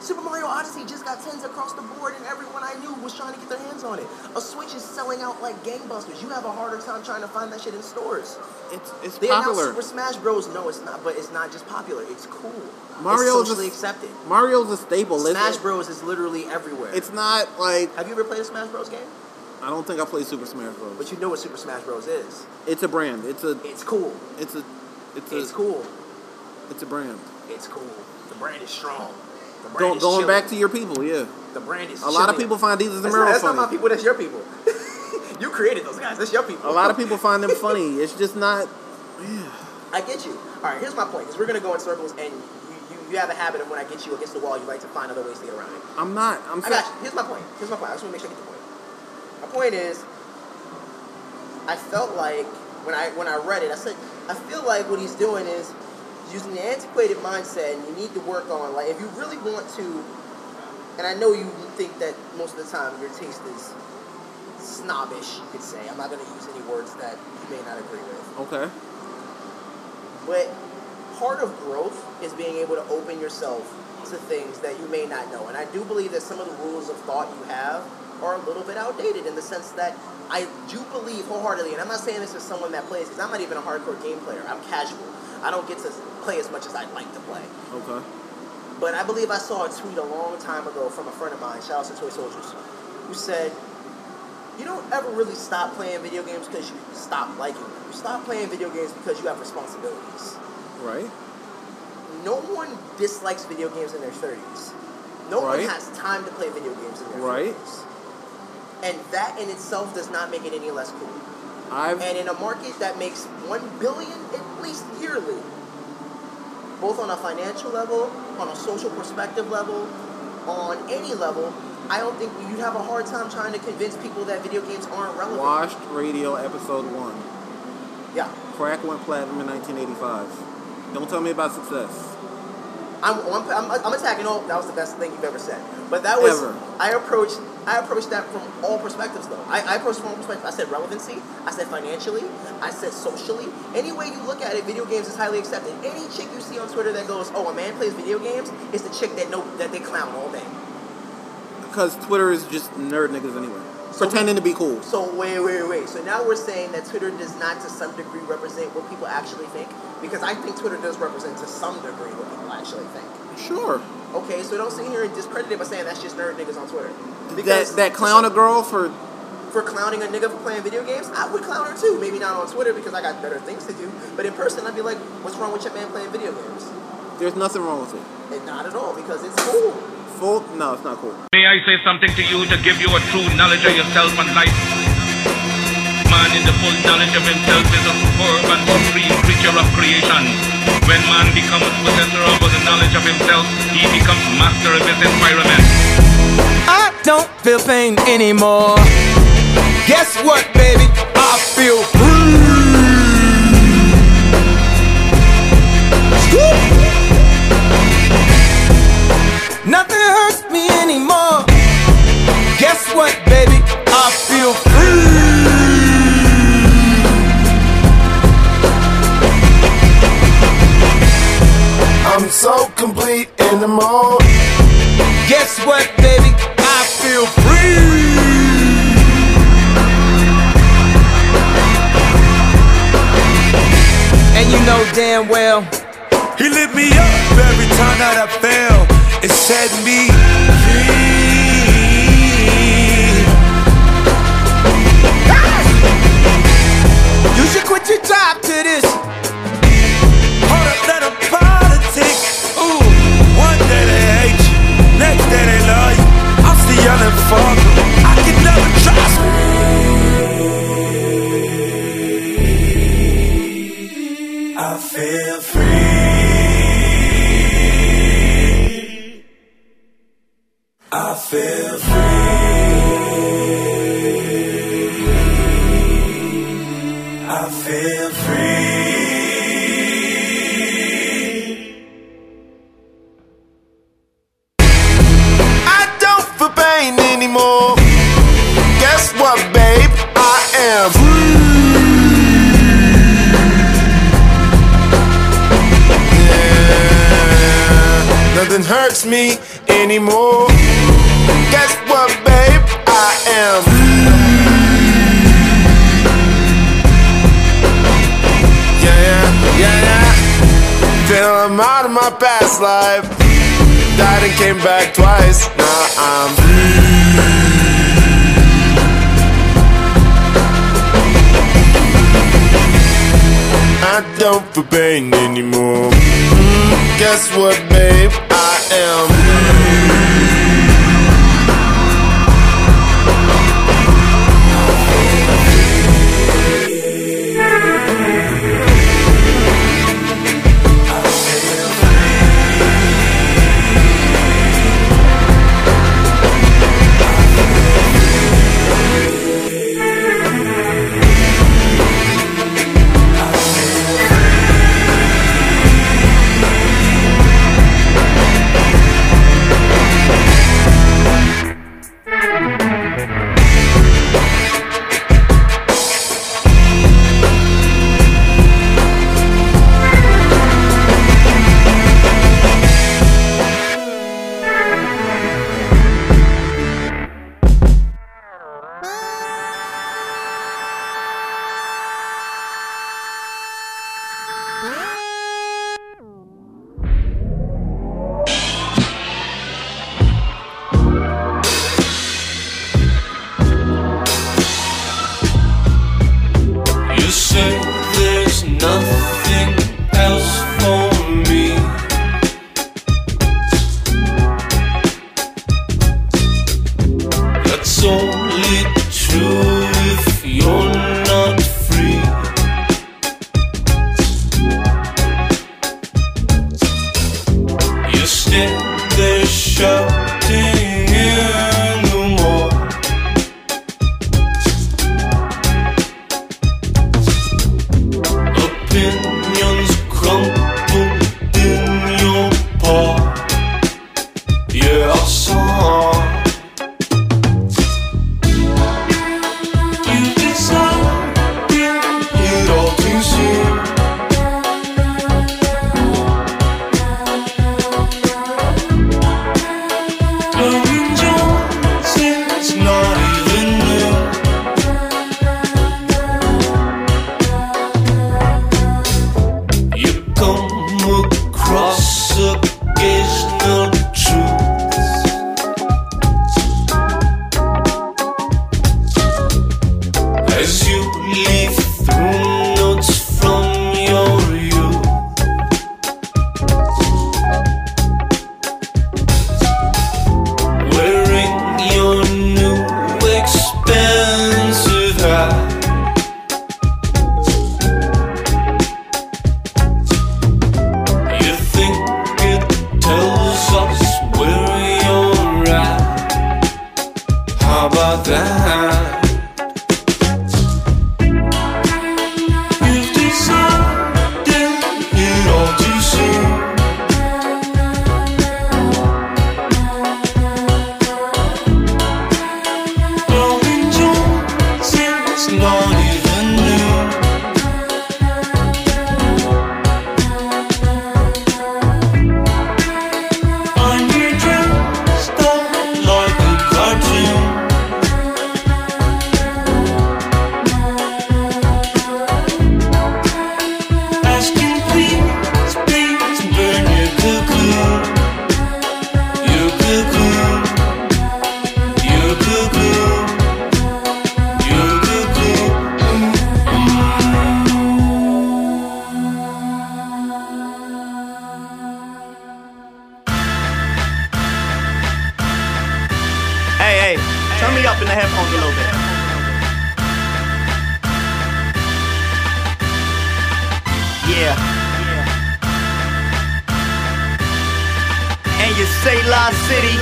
Speaker 3: Super Mario Odyssey just got tens across the board, and everyone I knew was trying to get their hands on it. A Switch is selling out like gangbusters. You have a harder time trying to find that shit in stores.
Speaker 2: it's it's
Speaker 3: They announced
Speaker 2: popular.
Speaker 3: Super Smash Bros. No, it's not, but it's not just popular. It's cool.
Speaker 2: Mario
Speaker 3: it's
Speaker 2: is a
Speaker 3: socially
Speaker 2: s-
Speaker 3: accepted.
Speaker 2: Mario's a staple.
Speaker 3: Smash
Speaker 2: It's,
Speaker 3: Bros. is literally everywhere.
Speaker 2: it's not like
Speaker 3: have you ever played a Smash Bros. game?
Speaker 2: I don't think I played Super Smash Bros.
Speaker 3: But you know what Super Smash Bros. is.
Speaker 2: It's a brand. It's a
Speaker 3: It's cool.
Speaker 2: it's a it's a
Speaker 3: It's cool.
Speaker 2: it's a brand.
Speaker 3: It's cool. The brand is strong. The brand
Speaker 2: Go,
Speaker 3: is
Speaker 2: going
Speaker 3: chilling.
Speaker 2: back to your people, yeah.
Speaker 3: the brand is
Speaker 2: A lot of
Speaker 3: chilling.
Speaker 2: people find Jesus and
Speaker 3: That's, not,
Speaker 2: Meryl
Speaker 3: that's not my
Speaker 2: funny.
Speaker 3: people. That's your people. you created those guys. That's your people.
Speaker 2: A lot of people find them funny. It's just not.
Speaker 3: I get you. All right, here's my point. Because we're gonna go in circles, and you, you, you have a habit of when I get you against the wall, you like to find other ways to get around it.
Speaker 2: I'm not. I'm
Speaker 3: I
Speaker 2: sorry.
Speaker 3: got you. Here's my point. Here's my point. I just want to make sure I get the point. My point is, I felt like when I when I read it, I said, I feel like what he's doing is using the antiquated mindset, and you need to work on like if you really want to. And I know you think that most of the time your taste is snobbish. You could say I'm not going to use any words that you may not agree with.
Speaker 2: Okay.
Speaker 3: But part of growth is being able to open yourself to things that you may not know. And I do believe that some of the rules of thought you have are a little bit outdated in the sense that I do believe wholeheartedly, and I'm not saying this as someone that plays, because I'm not even a hardcore game player. I'm casual. I don't get to play as much as I'd like to play.
Speaker 2: Okay.
Speaker 3: But I believe I saw a tweet a long time ago from a friend of mine, shout out to Toy Soldiers, who said, You don't ever really stop playing video games because you stop liking them. You stop playing video games because you have responsibilities.
Speaker 2: Right.
Speaker 3: No one dislikes video games in their 30s. No
Speaker 2: Right.
Speaker 3: one has time to play video games in their
Speaker 2: Right.
Speaker 3: 30s. And that in itself does not make it any less cool.
Speaker 2: I've
Speaker 3: And in a market that makes 1 billion at least yearly, both on a financial level, on a social perspective level, on any level, I don't think you'd have a hard time trying to convince people that video games aren't relevant.
Speaker 2: washed radio episode one.
Speaker 3: Yeah.
Speaker 2: Crack went platinum in 1985. Don't tell me about success.
Speaker 3: I'm, I'm, I'm, I'm attacking all. That was the best thing you've ever said. But that was.
Speaker 2: Ever.
Speaker 3: I approached. I approached that from all perspectives, though. I, I approached it from all perspectives. I said relevancy. I said financially. I said socially. Any way you look at it, video games is highly accepted. Any chick you see on Twitter that goes, "Oh, a man plays video games," is the chick that know that they clown all day.
Speaker 2: Because Twitter is just nerd niggas anyway, pretending to be cool.
Speaker 3: So wait, wait, wait. So now we're saying that Twitter does not, to some degree, represent what people actually think, because I think Twitter does represent to some degree what people actually think.
Speaker 2: Sure.
Speaker 3: Okay, so don't sit here and discredit it by saying that's just nerd niggas on Twitter.
Speaker 2: That that clown a girl for
Speaker 3: for clowning a nigga for playing video games, I would clown her too. Maybe not on Twitter because I got better things to do, but in person I'd be like, what's wrong with your man playing video games?
Speaker 2: there's nothing wrong with it.
Speaker 3: And not at all because it's cool.
Speaker 2: Full no, it's not cool.
Speaker 4: May I say something to you to give you a true knowledge of yourself and life? Man in the full knowledge of himself is a superb and supreme creature of creation. When man becomes possessor of the knowledge of himself, he becomes master of his environment.
Speaker 5: I don't feel pain anymore. Guess what, baby? I feel free. Nothing hurts me anymore. Guess what, baby? I feel free.
Speaker 6: I'm so complete in the mode.
Speaker 5: Guess what, baby? I feel free. And you know damn well.
Speaker 7: He lit me up every time that I fell. It set me free.
Speaker 5: You should quit your job to this.
Speaker 7: Hold up, let 'em politic. Ooh, one day they hate you, next day they love you. I'm still yelling for them. I can never trust me. I feel free. I feel free. I feel free.
Speaker 6: I don't feel pain anymore. Guess what, babe? I am free. Yeah, nothing hurts me anymore. Guess what, babe? I am free. Yeah, yeah, yeah, yeah. Till I'm out of my past life. Died and came back twice. Now I'm free. I don't feel pain anymore. Mm, guess what, babe? I am. free.
Speaker 8: As you leave through notes from your you Wearing your new expensive hat You think it tells us where you're at How about that? You've decided it all too soon. Blowing joints, it's not even new. I'm here dressed up like a cartoon. Asking please, please burn your cocoon, your cocoon, your cocoon, your cocoon.
Speaker 9: Hey, hey, turn me up in the headphones a little bit. Yeah. And you say La City.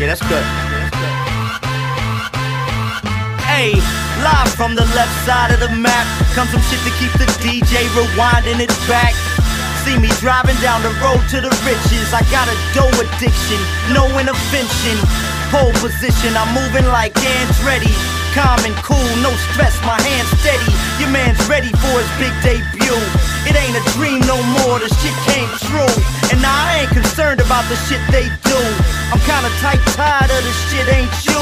Speaker 9: Yeah, that's good. Hey, live from the left side of the map comes some shit to keep the DJ rewinding it back. See me driving down the road to the riches. I got a dough addiction, no intervention. Pole position, I'm moving like Andretti. Calm and cool, no stress, my hands steady. Your man's ready for his big debut. It ain't a dream no more, the shit came true. And now I ain't concerned about the shit they do. I'm kinda tight tired of this shit, ain't you?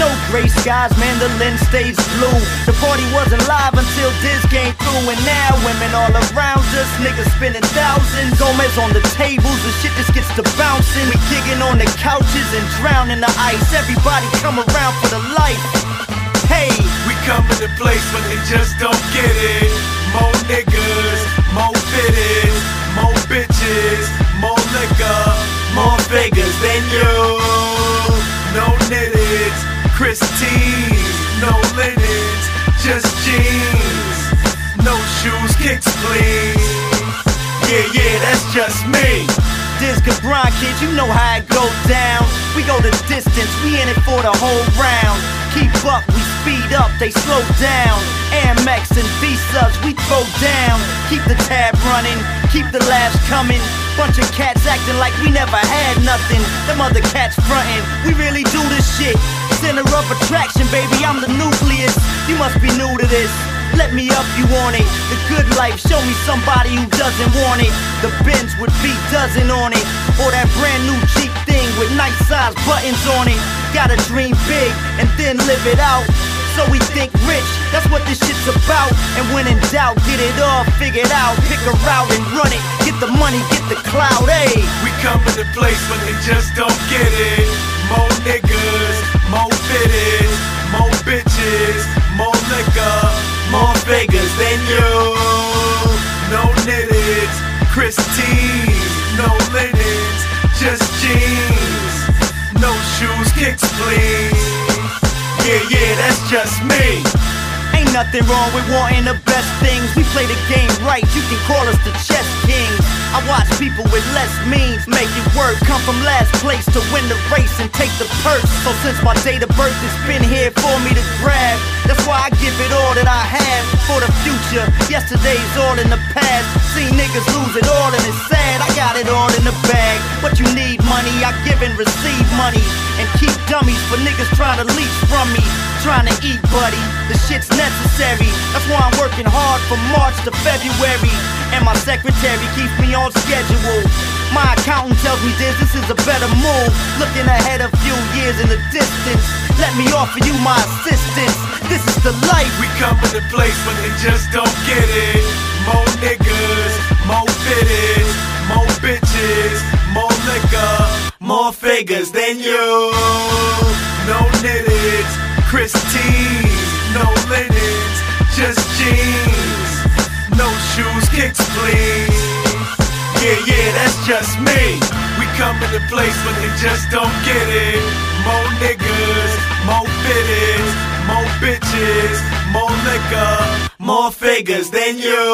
Speaker 9: No gray skies, man, the lens stays blue. The party wasn't live until this came through, and now women all around us, niggas spending thousands. Gomez on the tables, the shit just gets to bouncing. We gigging on the couches and drowning the ice. Everybody come around for the life. Hey,
Speaker 10: We come in the place, but they just don't get it. More niggas, more fitted, more bitches, more liquor, more Vegas than you. No knitteds, Christine, no linens, just jeans. No shoes, kicks, please. Yeah, yeah, that's just me.
Speaker 9: this Cabron kid, you know how it goes down. We go the distance, we in it for the whole round. Keep up, we speed up, they slow down. Amex and V subs, we throw down. Keep the tab running, keep the laughs coming. Bunch of cats acting like we never had nothing. Them other cats frontin', we really do this shit. Center of attraction, baby, I'm the nucleus. You must be new to this. Let me up you on it. The good life, show me somebody who doesn't want it. The Benz with V dozen on it. Or that brand new Jeep thing with nice size buttons on it. Gotta dream big and then live it out. So we think rich, that's what this shit's about. And when in doubt, get it all figured out. Pick a route and run it. Get the money, get the cloud, ayy.
Speaker 10: We come in the place, but they just don't get it. More niggas, more fitted, more bitches, more liquor, more Vegas than you. No knitteds, Christine, no linens, just jeans. No shoes, kicks, please. Yeah, yeah, that's just me.
Speaker 9: Ain't nothing wrong with wanting the best things. We play the game right, you can call us the chess kings. I watch people with less means make it work. Come from last place to win the race and take the purse. So since my date of birth, it's been here for me to grab. That's why I give it all that I have for the future. Yesterday's all in the past. See niggas lose it all and it's sad. I got it all in the bag. What you need, money, I give and receive money. And keep dummies for niggas trying to leech from me. Trying to eat, buddy. The shit's necessary. That's why I'm working hard from March to February. And my secretary keeps me on schedule. My accountant tells me this, this is a better move. Looking ahead a few years in the distance. Let me offer you my assistance. This is the life.
Speaker 10: We come in the place, but they just don't get it. More niggas, more fitted, more bitches, more liquor, more figures than you. No knitteds, Christine, no linens, just jeans, no shoes, kicks please. Yeah, yeah, that's just me. We come in the place, but they just don't get it. More niggas, more fitteds, more bitches, more liquor, more figures than you.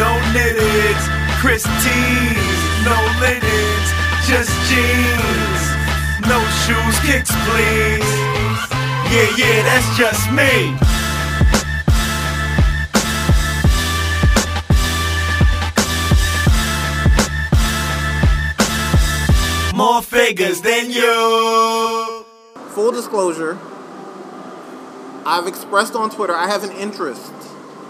Speaker 10: No knitteds, Christie's, no linens, just jeans, no shoes, kicks please. Yeah, yeah, that's just me. More figures than you.
Speaker 2: Full disclosure, I've expressed on Twitter I have an interest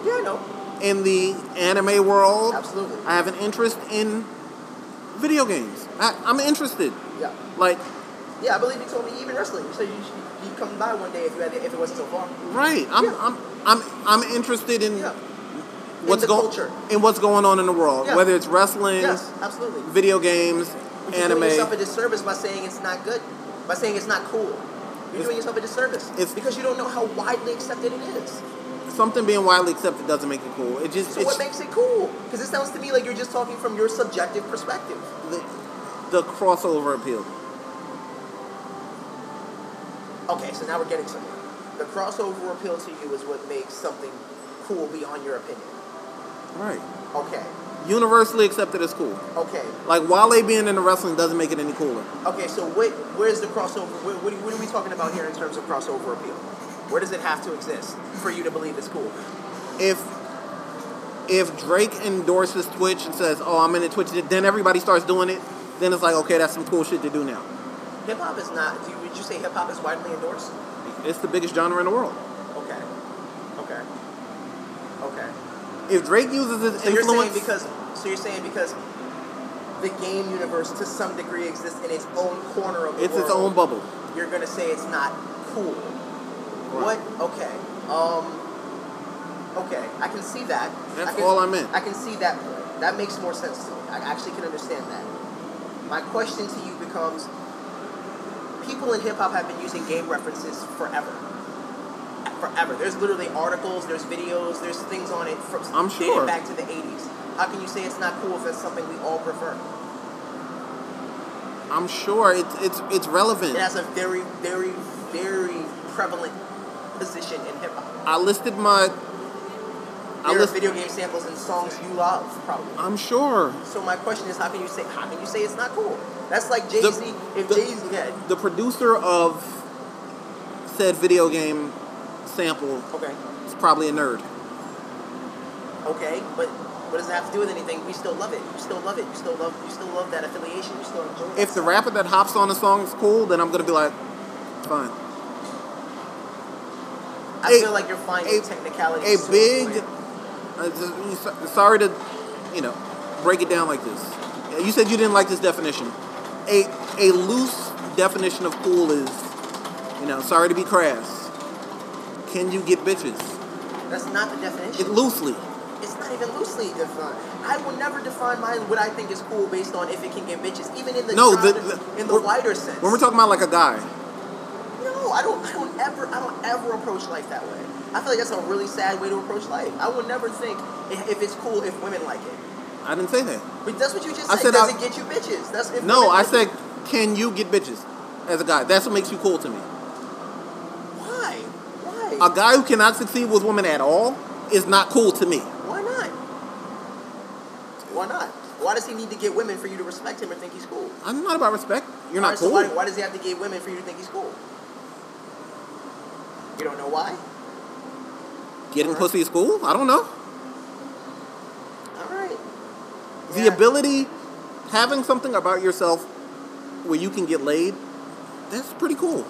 Speaker 3: Yeah, no,
Speaker 2: in the anime world.
Speaker 3: Absolutely.
Speaker 2: I have an interest in video games. I, I'm interested.
Speaker 3: yeah,
Speaker 2: Like,
Speaker 3: yeah. I believe you told me even wrestling. You said you should, you'd come by one day if you had if it wasn't so far.
Speaker 2: right. I'm,
Speaker 3: Yeah.
Speaker 2: I'm, I'm, I'm interested in
Speaker 3: Yeah,
Speaker 2: what's
Speaker 3: In the
Speaker 2: going
Speaker 3: culture.
Speaker 2: in what's going on in the world,
Speaker 3: Yeah.
Speaker 2: whether it's wrestling,
Speaker 3: yes, absolutely.
Speaker 2: video games,
Speaker 3: But You're
Speaker 2: anime.
Speaker 3: doing yourself a disservice by saying it's not good, by saying it's not cool. You're doing yourself a disservice
Speaker 2: it's-
Speaker 3: because you don't know how widely accepted it is.
Speaker 2: Something being widely accepted doesn't make it cool. It just
Speaker 3: So
Speaker 2: it's
Speaker 3: what makes it cool? Because it sounds to me like you're just talking from your subjective perspective.
Speaker 2: the, the crossover appeal.
Speaker 3: Okay, so now we're getting somewhere. The crossover appeal to you is what makes something cool beyond your opinion.
Speaker 2: Right.
Speaker 3: Okay,
Speaker 2: Universally accepted as cool.
Speaker 3: okay,
Speaker 2: Like Wale being in the wrestling doesn't make it any cooler.
Speaker 3: okay. So what? Where's the crossover? What, what, are, what are we talking about here in terms of crossover appeal? Where does it have to exist for you to believe it's cool?
Speaker 2: If if Drake endorses Twitch and says, "Oh, I'm in the Twitch," then everybody starts doing it. Then it's like, okay, that's some cool shit to do now.
Speaker 3: Hip hop is not. Do you, would you say hip hop is widely endorsed?
Speaker 2: It's the biggest genre in the world.
Speaker 3: Okay. Okay. Okay.
Speaker 2: If Drake uses his
Speaker 3: So you're saying
Speaker 2: influence,
Speaker 3: because so you're saying because the game universe to some degree exists in its own corner of the
Speaker 2: it's
Speaker 3: world.
Speaker 2: its own bubble.
Speaker 3: You're gonna say it's not cool. What? Okay. Um. Okay, I can see that.
Speaker 2: That's
Speaker 3: I can,
Speaker 2: all I meant.
Speaker 3: I can see that point. That makes more sense to me. I actually can understand that. My question to you becomes: People in hip hop have been using game references forever. Forever. There's literally articles, there's videos, there's things on it from
Speaker 2: I'm
Speaker 3: dating
Speaker 2: sure.
Speaker 3: back to the '80s. How can you say it's not cool if that's something we all prefer?
Speaker 2: I'm sure it's it's it's relevant.
Speaker 3: It has a very, very, very prevalent position in hip hop.
Speaker 2: I listed my. I
Speaker 3: There are
Speaker 2: listed.
Speaker 3: video game samples and songs you love, probably.
Speaker 2: I'm sure
Speaker 3: So my question is, how can you say how can you say it's not cool? That's like Jay Z. If
Speaker 2: the-
Speaker 3: Jay Z, yeah,
Speaker 2: the producer of said video game sample
Speaker 3: okay,
Speaker 2: is probably a nerd.
Speaker 3: okay, but what does it have to do with anything? We still love it. You still love it. You still love. You still love that affiliation. You still enjoy. that
Speaker 2: If the
Speaker 3: stuff.
Speaker 2: rapper that hops on a song is cool, then I'm gonna be like, fine.
Speaker 3: I
Speaker 2: a-
Speaker 3: feel like you're finding
Speaker 2: a-
Speaker 3: technicality.
Speaker 2: A big. uh, just- so- Sorry to, you know, break it down like this. You said you didn't like this definition. A a loose definition of cool is, you know, sorry to be crass. Can you get bitches?
Speaker 3: That's not the definition.
Speaker 2: It loosely.
Speaker 3: it's not even loosely defined. I will never define mine what I think is cool based on if it can get bitches, even in the
Speaker 2: No, the,
Speaker 3: broader-
Speaker 2: the-
Speaker 3: in the
Speaker 2: we're-
Speaker 3: wider sense.
Speaker 2: When we're talking about like a guy,
Speaker 3: No, I don't. I don't ever. I don't ever approach life that way. I feel like that's a really sad way to approach life. I would never think if, if it's cool if women like it.
Speaker 2: I didn't say that.
Speaker 3: But that's what you just
Speaker 2: I said
Speaker 3: said. Does
Speaker 2: I-
Speaker 3: it get you bitches? That's if
Speaker 2: No,
Speaker 3: women
Speaker 2: I
Speaker 3: like
Speaker 2: said,
Speaker 3: it.
Speaker 2: can you get bitches? As a guy, that's what makes you cool to me.
Speaker 3: why? Why?
Speaker 2: A guy who cannot succeed with women at all is not cool to me.
Speaker 3: why not? Why not? Why does he need to get women for you to respect him or think he's cool?
Speaker 2: I'm not about respect. You're not
Speaker 3: Alright, so why,
Speaker 2: cool.
Speaker 3: why does he have to get women for you to think he's cool? You don't know why?
Speaker 2: Getting pussy is cool. I don't know.
Speaker 3: All right.
Speaker 2: The
Speaker 3: Yeah.
Speaker 2: ability, having something about yourself where you can get laid, that's pretty cool.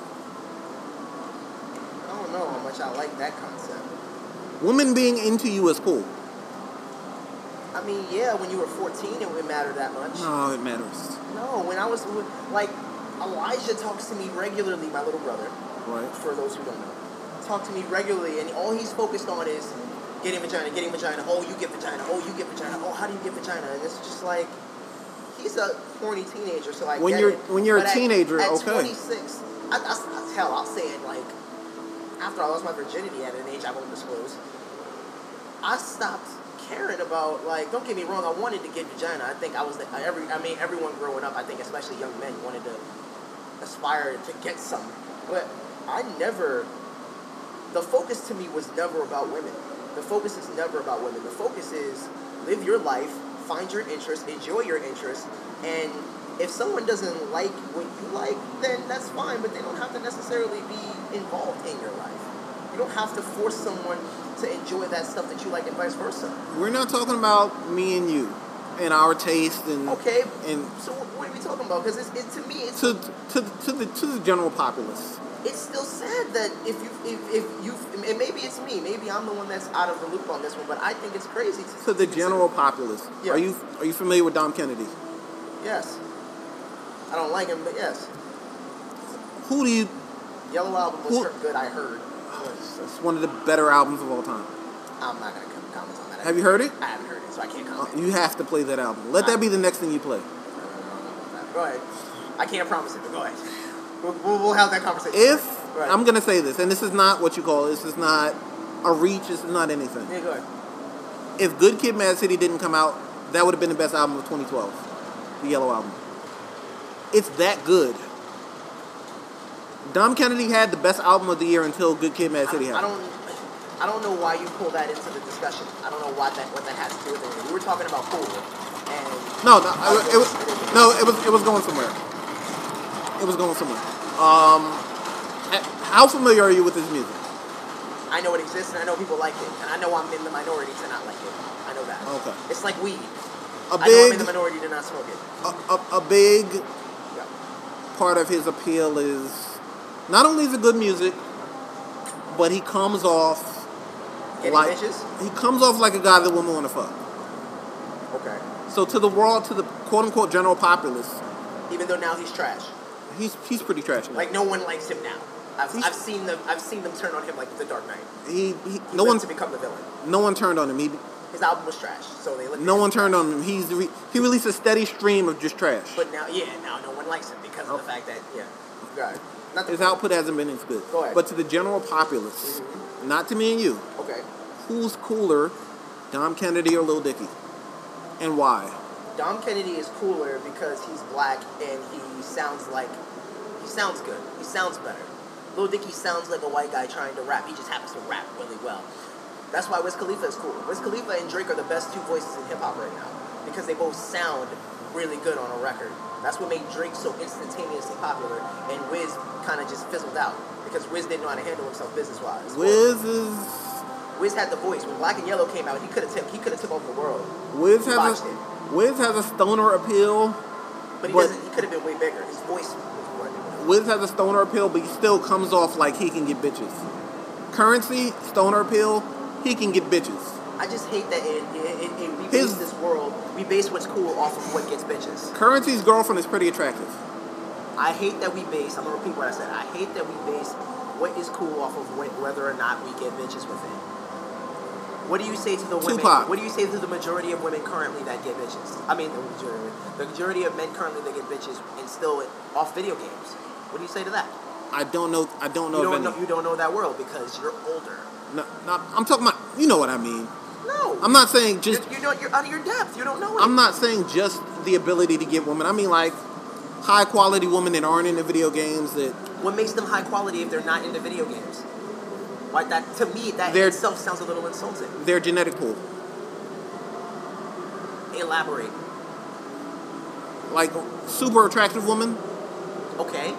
Speaker 3: I don't know how much I like that concept.
Speaker 2: Women being into you is cool.
Speaker 3: I mean, yeah, when you were 14, it wouldn't matter that much.
Speaker 2: No, it matters.
Speaker 3: No, when I was like, Elijah talks to me regularly, my little brother.
Speaker 2: Right.
Speaker 3: For those who don't know, talk to me regularly, and all he's focused on is getting vagina, getting vagina. Oh, you get vagina. Oh, you get vagina. Oh, how do you get vagina? And it's just like he's a horny teenager, so I
Speaker 2: When
Speaker 3: get
Speaker 2: you're-
Speaker 3: it.
Speaker 2: when you're a
Speaker 3: But at-
Speaker 2: teenager,
Speaker 3: at
Speaker 2: okay.
Speaker 3: 26, I, I, I- hell, I'll say it like after I lost my virginity at an age I won't disclose, I stopped caring about like. Don't get me wrong, I wanted to get vagina. I think I was the, I- every. I mean, everyone growing up, I think especially young men wanted to aspire to get something. But I never. The focus to me was never about women. The focus is never about women. The focus is live your life, find your interests, enjoy your interests, and if someone doesn't like what you like, then that's fine. But they don't have to necessarily be involved in your life. You don't have to force someone to enjoy that stuff that you like, and vice versa.
Speaker 2: We're not talking about me and you and our taste and
Speaker 3: Okay.
Speaker 2: and
Speaker 3: So what are we talking about? Because it's, it's to me, it's
Speaker 2: to to to the to the general populace.
Speaker 3: it's still sad that if you if, if you and maybe it's me, maybe I'm the one that's out of the loop on this one, but I think it's crazy to,
Speaker 2: To the general populace.
Speaker 3: Yeah.
Speaker 2: Are you are you familiar with Dom Kennedy?
Speaker 3: Yes, I don't like him, but yes,
Speaker 2: Who do you
Speaker 3: Yellow Album was
Speaker 2: Who-
Speaker 3: her- good. I heard.
Speaker 2: It's one of the better albums of all time.
Speaker 3: I'm not gonna com- comment on that.
Speaker 2: Have you heard it?
Speaker 3: I haven't heard it, so I can't
Speaker 2: Uh,
Speaker 3: comment.
Speaker 2: You have to play that album. Let that be the next thing you play. Oh.
Speaker 3: Go ahead. I can't promise it, but go ahead. We'll, we'll, we'll have that conversation.
Speaker 2: If
Speaker 3: Right.
Speaker 2: I'm gonna say this, and this is not what you call it, this is not a reach, this is not anything.
Speaker 3: yeah, go ahead.
Speaker 2: If Good Kid, Mad City didn't come out, that would have been the best album of 2012, the Yellow album. It's that good. Dom Kennedy had the best album of the year until Good Kid, Mad
Speaker 3: I,
Speaker 2: City
Speaker 3: I
Speaker 2: happened.
Speaker 3: don't. I don't know why you pull that into the discussion. I don't know why that what that has to do with it. We were talking about cool, and
Speaker 2: No, no, I, it was no, it was it was going somewhere. It was going somewhere. Um, eh, how familiar are you with his music?
Speaker 3: I know it exists, and I know people like it, and I know I'm in the minority to not like it. I know that.
Speaker 2: Okay.
Speaker 3: It's like weed.
Speaker 2: A
Speaker 3: I know I'm in
Speaker 2: big,
Speaker 3: the minority to not smoke it.
Speaker 2: a, a, a big
Speaker 3: Yeah.
Speaker 2: part of his appeal is not only is it good music, but he comes off
Speaker 3: Getting
Speaker 2: like
Speaker 3: bitches.
Speaker 2: he comes off like a guy that women want to fuck.
Speaker 3: Okay.
Speaker 2: So to the world, to the quote unquote general populace,
Speaker 3: Even though now he's trash.
Speaker 2: he's he's pretty trash now.
Speaker 3: Like no one likes him now. I've,
Speaker 2: He's-
Speaker 3: I've seen them. I've seen them turn on him like the Dark Knight.
Speaker 2: he, he
Speaker 3: He
Speaker 2: no
Speaker 3: lived
Speaker 2: one
Speaker 3: to become the villain.
Speaker 2: no one turned on him. He
Speaker 3: His album was trash, so they looked.
Speaker 2: no
Speaker 3: at
Speaker 2: one
Speaker 3: him.
Speaker 2: turned on him. He's re, he released a steady stream of just trash.
Speaker 3: But now, yeah, now no one likes him because of the fact that yeah, God, not the,
Speaker 2: His output hasn't been as good.
Speaker 3: Go ahead. Mm-hmm.
Speaker 2: But to the general populace, not to me and you,
Speaker 3: okay.
Speaker 2: who's cooler, Dom Kennedy or Lil Dicky, and why?
Speaker 3: Dom Kennedy is cooler because he's black and he sounds like he sounds good. He sounds better. Lil Dicky sounds like a white guy trying to rap. He just happens to rap really well. That's why Wiz Khalifa is cool. Wiz Khalifa and Drake are the best two voices in hip hop right now because they both sound really good on a record. That's what made Drake so instantaneously popular, and Wiz kind of just fizzled out because Wiz didn't know how to handle himself business wise.
Speaker 2: Wiz is
Speaker 3: Wiz had the voice. When Black and Yellow came out, he could have took he could have took over the world,
Speaker 2: Wiz has
Speaker 3: Botched
Speaker 2: a, Wiz has a stoner appeal.
Speaker 3: but he
Speaker 2: But-
Speaker 3: doesn't. He could have been way bigger. His voice was more.
Speaker 2: Wiz has a stoner appeal, but he still comes off like he can get bitches. Currency, stoner appeal, he can get bitches.
Speaker 3: I just hate that it, it, it, it, we
Speaker 2: His-
Speaker 3: base this world, we base what's cool off of what gets bitches.
Speaker 2: Currency's girlfriend is pretty attractive.
Speaker 3: I hate that we base, I'm gonna repeat what I said, I hate that we base what is cool off of wh- whether or not we get bitches with it. What do you say to the women?
Speaker 2: Tupac.
Speaker 3: What do you say to the majority of women currently that get bitches? I mean, the majority, the majority of men currently that get bitches and still off video games. What do you say to that?
Speaker 2: I don't know. I don't know
Speaker 3: You
Speaker 2: of any.
Speaker 3: don't know, you don't know that world because you're older.
Speaker 2: No, no, I'm talking about. You know what I mean.
Speaker 3: No,
Speaker 2: I'm not saying just.
Speaker 3: You're, you're, not, you're out of your depth. You don't know it.
Speaker 2: I'm not saying just the ability to get women. I mean like high quality women that aren't into video games that
Speaker 3: What makes them high quality if they're not into video games? Why that to me that
Speaker 2: They're-
Speaker 3: in itself sounds a little insulting.
Speaker 2: their genetic pool.
Speaker 3: Elaborate.
Speaker 2: Like super attractive women.
Speaker 3: Okay.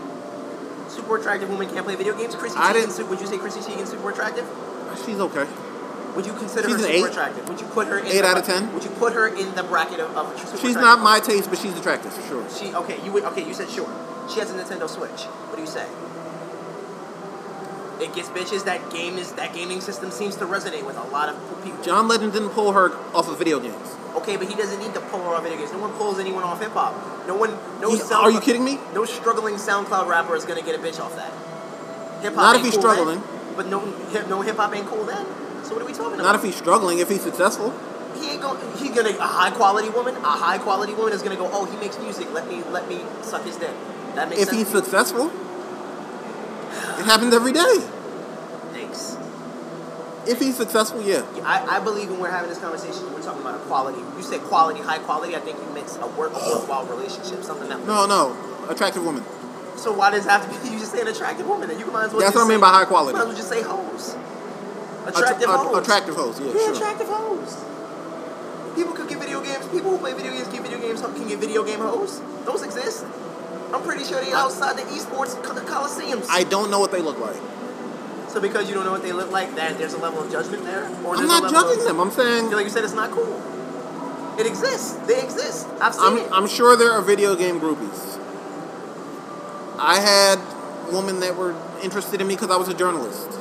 Speaker 3: Super attractive woman can't play video games. Chrissy
Speaker 2: I
Speaker 3: Teigen.
Speaker 2: didn't-
Speaker 3: su- Would you say Chrissy Teigen super attractive?
Speaker 2: She's okay.
Speaker 3: Would you consider
Speaker 2: She's
Speaker 3: her
Speaker 2: an
Speaker 3: super
Speaker 2: eight.
Speaker 3: attractive? Would you put her in
Speaker 2: Eight
Speaker 3: the,
Speaker 2: out of 10.
Speaker 3: Would you put her in the bracket of, of super
Speaker 2: She's
Speaker 3: attractive?
Speaker 2: not my taste, but she's attractive for sure.
Speaker 3: She okay. You would okay. You said sure. She has a Nintendo Switch. What do you say? It gets bitches. That game is that gaming system seems to resonate with a lot of people.
Speaker 2: John Legend didn't pull her off of video games.
Speaker 3: Okay, but he doesn't need to pull her off video games. No one pulls anyone off hip hop. No one. No.
Speaker 2: He's-
Speaker 3: sound-
Speaker 2: are you kidding me?
Speaker 3: No struggling SoundCloud rapper is gonna get a bitch off that. Hip hop.
Speaker 2: Not if
Speaker 3: ain't
Speaker 2: he's
Speaker 3: cool
Speaker 2: struggling.
Speaker 3: Then, but no, hip, no hip hop ain't cool then. So what are we talking
Speaker 2: Not
Speaker 3: about?
Speaker 2: if he's struggling, if he's successful.
Speaker 3: he, ain't going. He gonna a high quality woman. A high quality woman is gonna go. Oh, he makes music. Let me let me suck his dick. That makes
Speaker 2: If
Speaker 3: sense.
Speaker 2: he's successful, it happens every day.
Speaker 3: Hey,
Speaker 2: If he's successful, yeah.
Speaker 3: I, I believe when we're having this conversation, you were talking about a quality. You said quality, high quality. I think you meant a work worthwhile relationship, something that.
Speaker 2: No, no, attractive woman.
Speaker 3: So why does it have to be? You just say an attractive woman, and you might as well.
Speaker 2: That's
Speaker 3: just
Speaker 2: what I mean
Speaker 3: say-
Speaker 2: by high quality.
Speaker 3: You might as well just say hoes.
Speaker 2: Attra-
Speaker 3: Attractive
Speaker 2: a-
Speaker 3: hoes.
Speaker 2: Attractive hoes, yeah,
Speaker 3: Yeah,
Speaker 2: sure.
Speaker 3: attractive hoes. People could get video games. People who play video games get video games. Can get video game hoes. Those exist. I'm pretty sure they outside the esports co- coliseums.
Speaker 2: I don't know what they look like.
Speaker 3: so because you don't know what they look like, that there's a level of judgment there. Or
Speaker 2: I'm
Speaker 3: there's a
Speaker 2: not
Speaker 3: level
Speaker 2: judging
Speaker 3: of,
Speaker 2: them. I'm saying
Speaker 3: Like you said, it's not cool. It exists. They exist. I've seen
Speaker 2: I'm,
Speaker 3: it.
Speaker 2: I'm sure there are video game groupies. I had women that were interested in me because I was a journalist.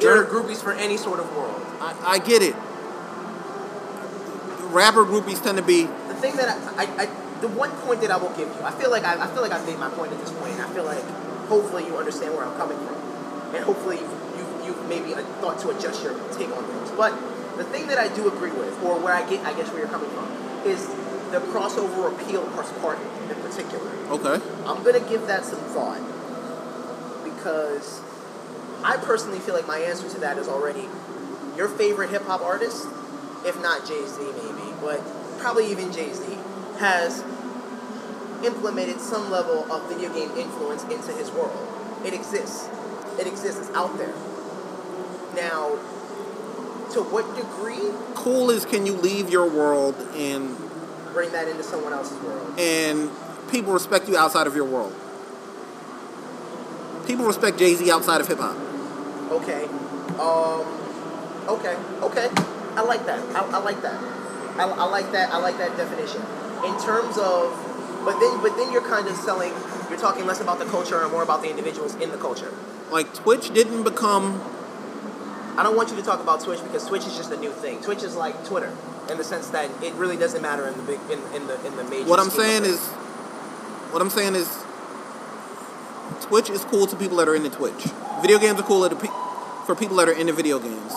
Speaker 3: there are groupies for any sort of world.
Speaker 2: I, I get it. Rapper groupies tend to be
Speaker 3: the thing that I, I, I the one point that I will give you, I feel like I, I feel like I've made my point at this point, and I feel like hopefully you understand where I'm coming from, and hopefully you you maybe uh, thought to adjust your take on things. But the thing that I do agree with, or where I get, I guess where you're coming from, is the crossover appeal pers- part in particular.
Speaker 2: okay.
Speaker 3: I'm gonna give that some thought because I personally feel like my answer to that is already your favorite hip hop artist, if not Jay Z, maybe, but probably even Jay Z, has implemented some level of video game influence into his world. It exists. It exists. It's out there. Now, to what degree
Speaker 2: Cool is can you leave your world and
Speaker 3: bring that into someone else's world?
Speaker 2: and people respect you outside of your world. People respect Jay Z outside of hip hop.
Speaker 3: Okay. Um. Okay. Okay. I like that. I, I like that. I, I like that. I like that definition. In terms of, but then but then you're kind of selling. You're talking less about the culture and more about the individuals in the culture.
Speaker 2: Like Twitch didn't become
Speaker 3: I don't want you to talk about Twitch because Twitch is just a new thing. Twitch is like Twitter in the sense that it really doesn't matter in the big in, in the in the major.
Speaker 2: what I'm
Speaker 3: scheme of
Speaker 2: saying
Speaker 3: things.
Speaker 2: is what I'm saying is Twitch is cool to people that are into Twitch. Video games are cool to pe- for people that are into video games.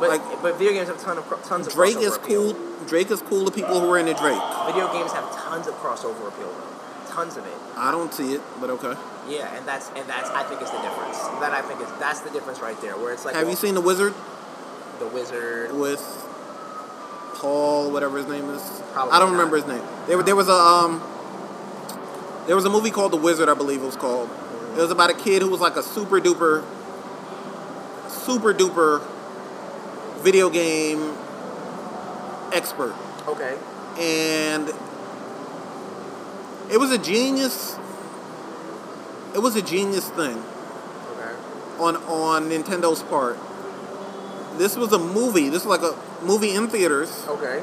Speaker 3: but,
Speaker 2: like-
Speaker 3: but video games have ton of cro- tons of
Speaker 2: Drake
Speaker 3: crossover
Speaker 2: is
Speaker 3: appeal.
Speaker 2: cool. Drake is cool to people who are into Drake.
Speaker 3: Video games have tons of crossover appeal, though. tons of it.
Speaker 2: I don't see it, but okay.
Speaker 3: Yeah, and that's and that's I think is the difference. That I think is that's the difference right there, where it's like
Speaker 2: Have
Speaker 3: well,
Speaker 2: you seen The Wizard
Speaker 3: the wizard?
Speaker 2: with Paul, whatever his name is?
Speaker 3: Probably
Speaker 2: I don't
Speaker 3: not.
Speaker 2: remember his name. There, there was a um, there was a movie called The Wizard, I believe it was called. It was about a kid who was like a super duper, super duper video game expert.
Speaker 3: Okay,
Speaker 2: and it was a genius it was a genius thing
Speaker 3: okay,
Speaker 2: on on Nintendo's part. This was a movie, this was like a movie in theaters
Speaker 3: okay.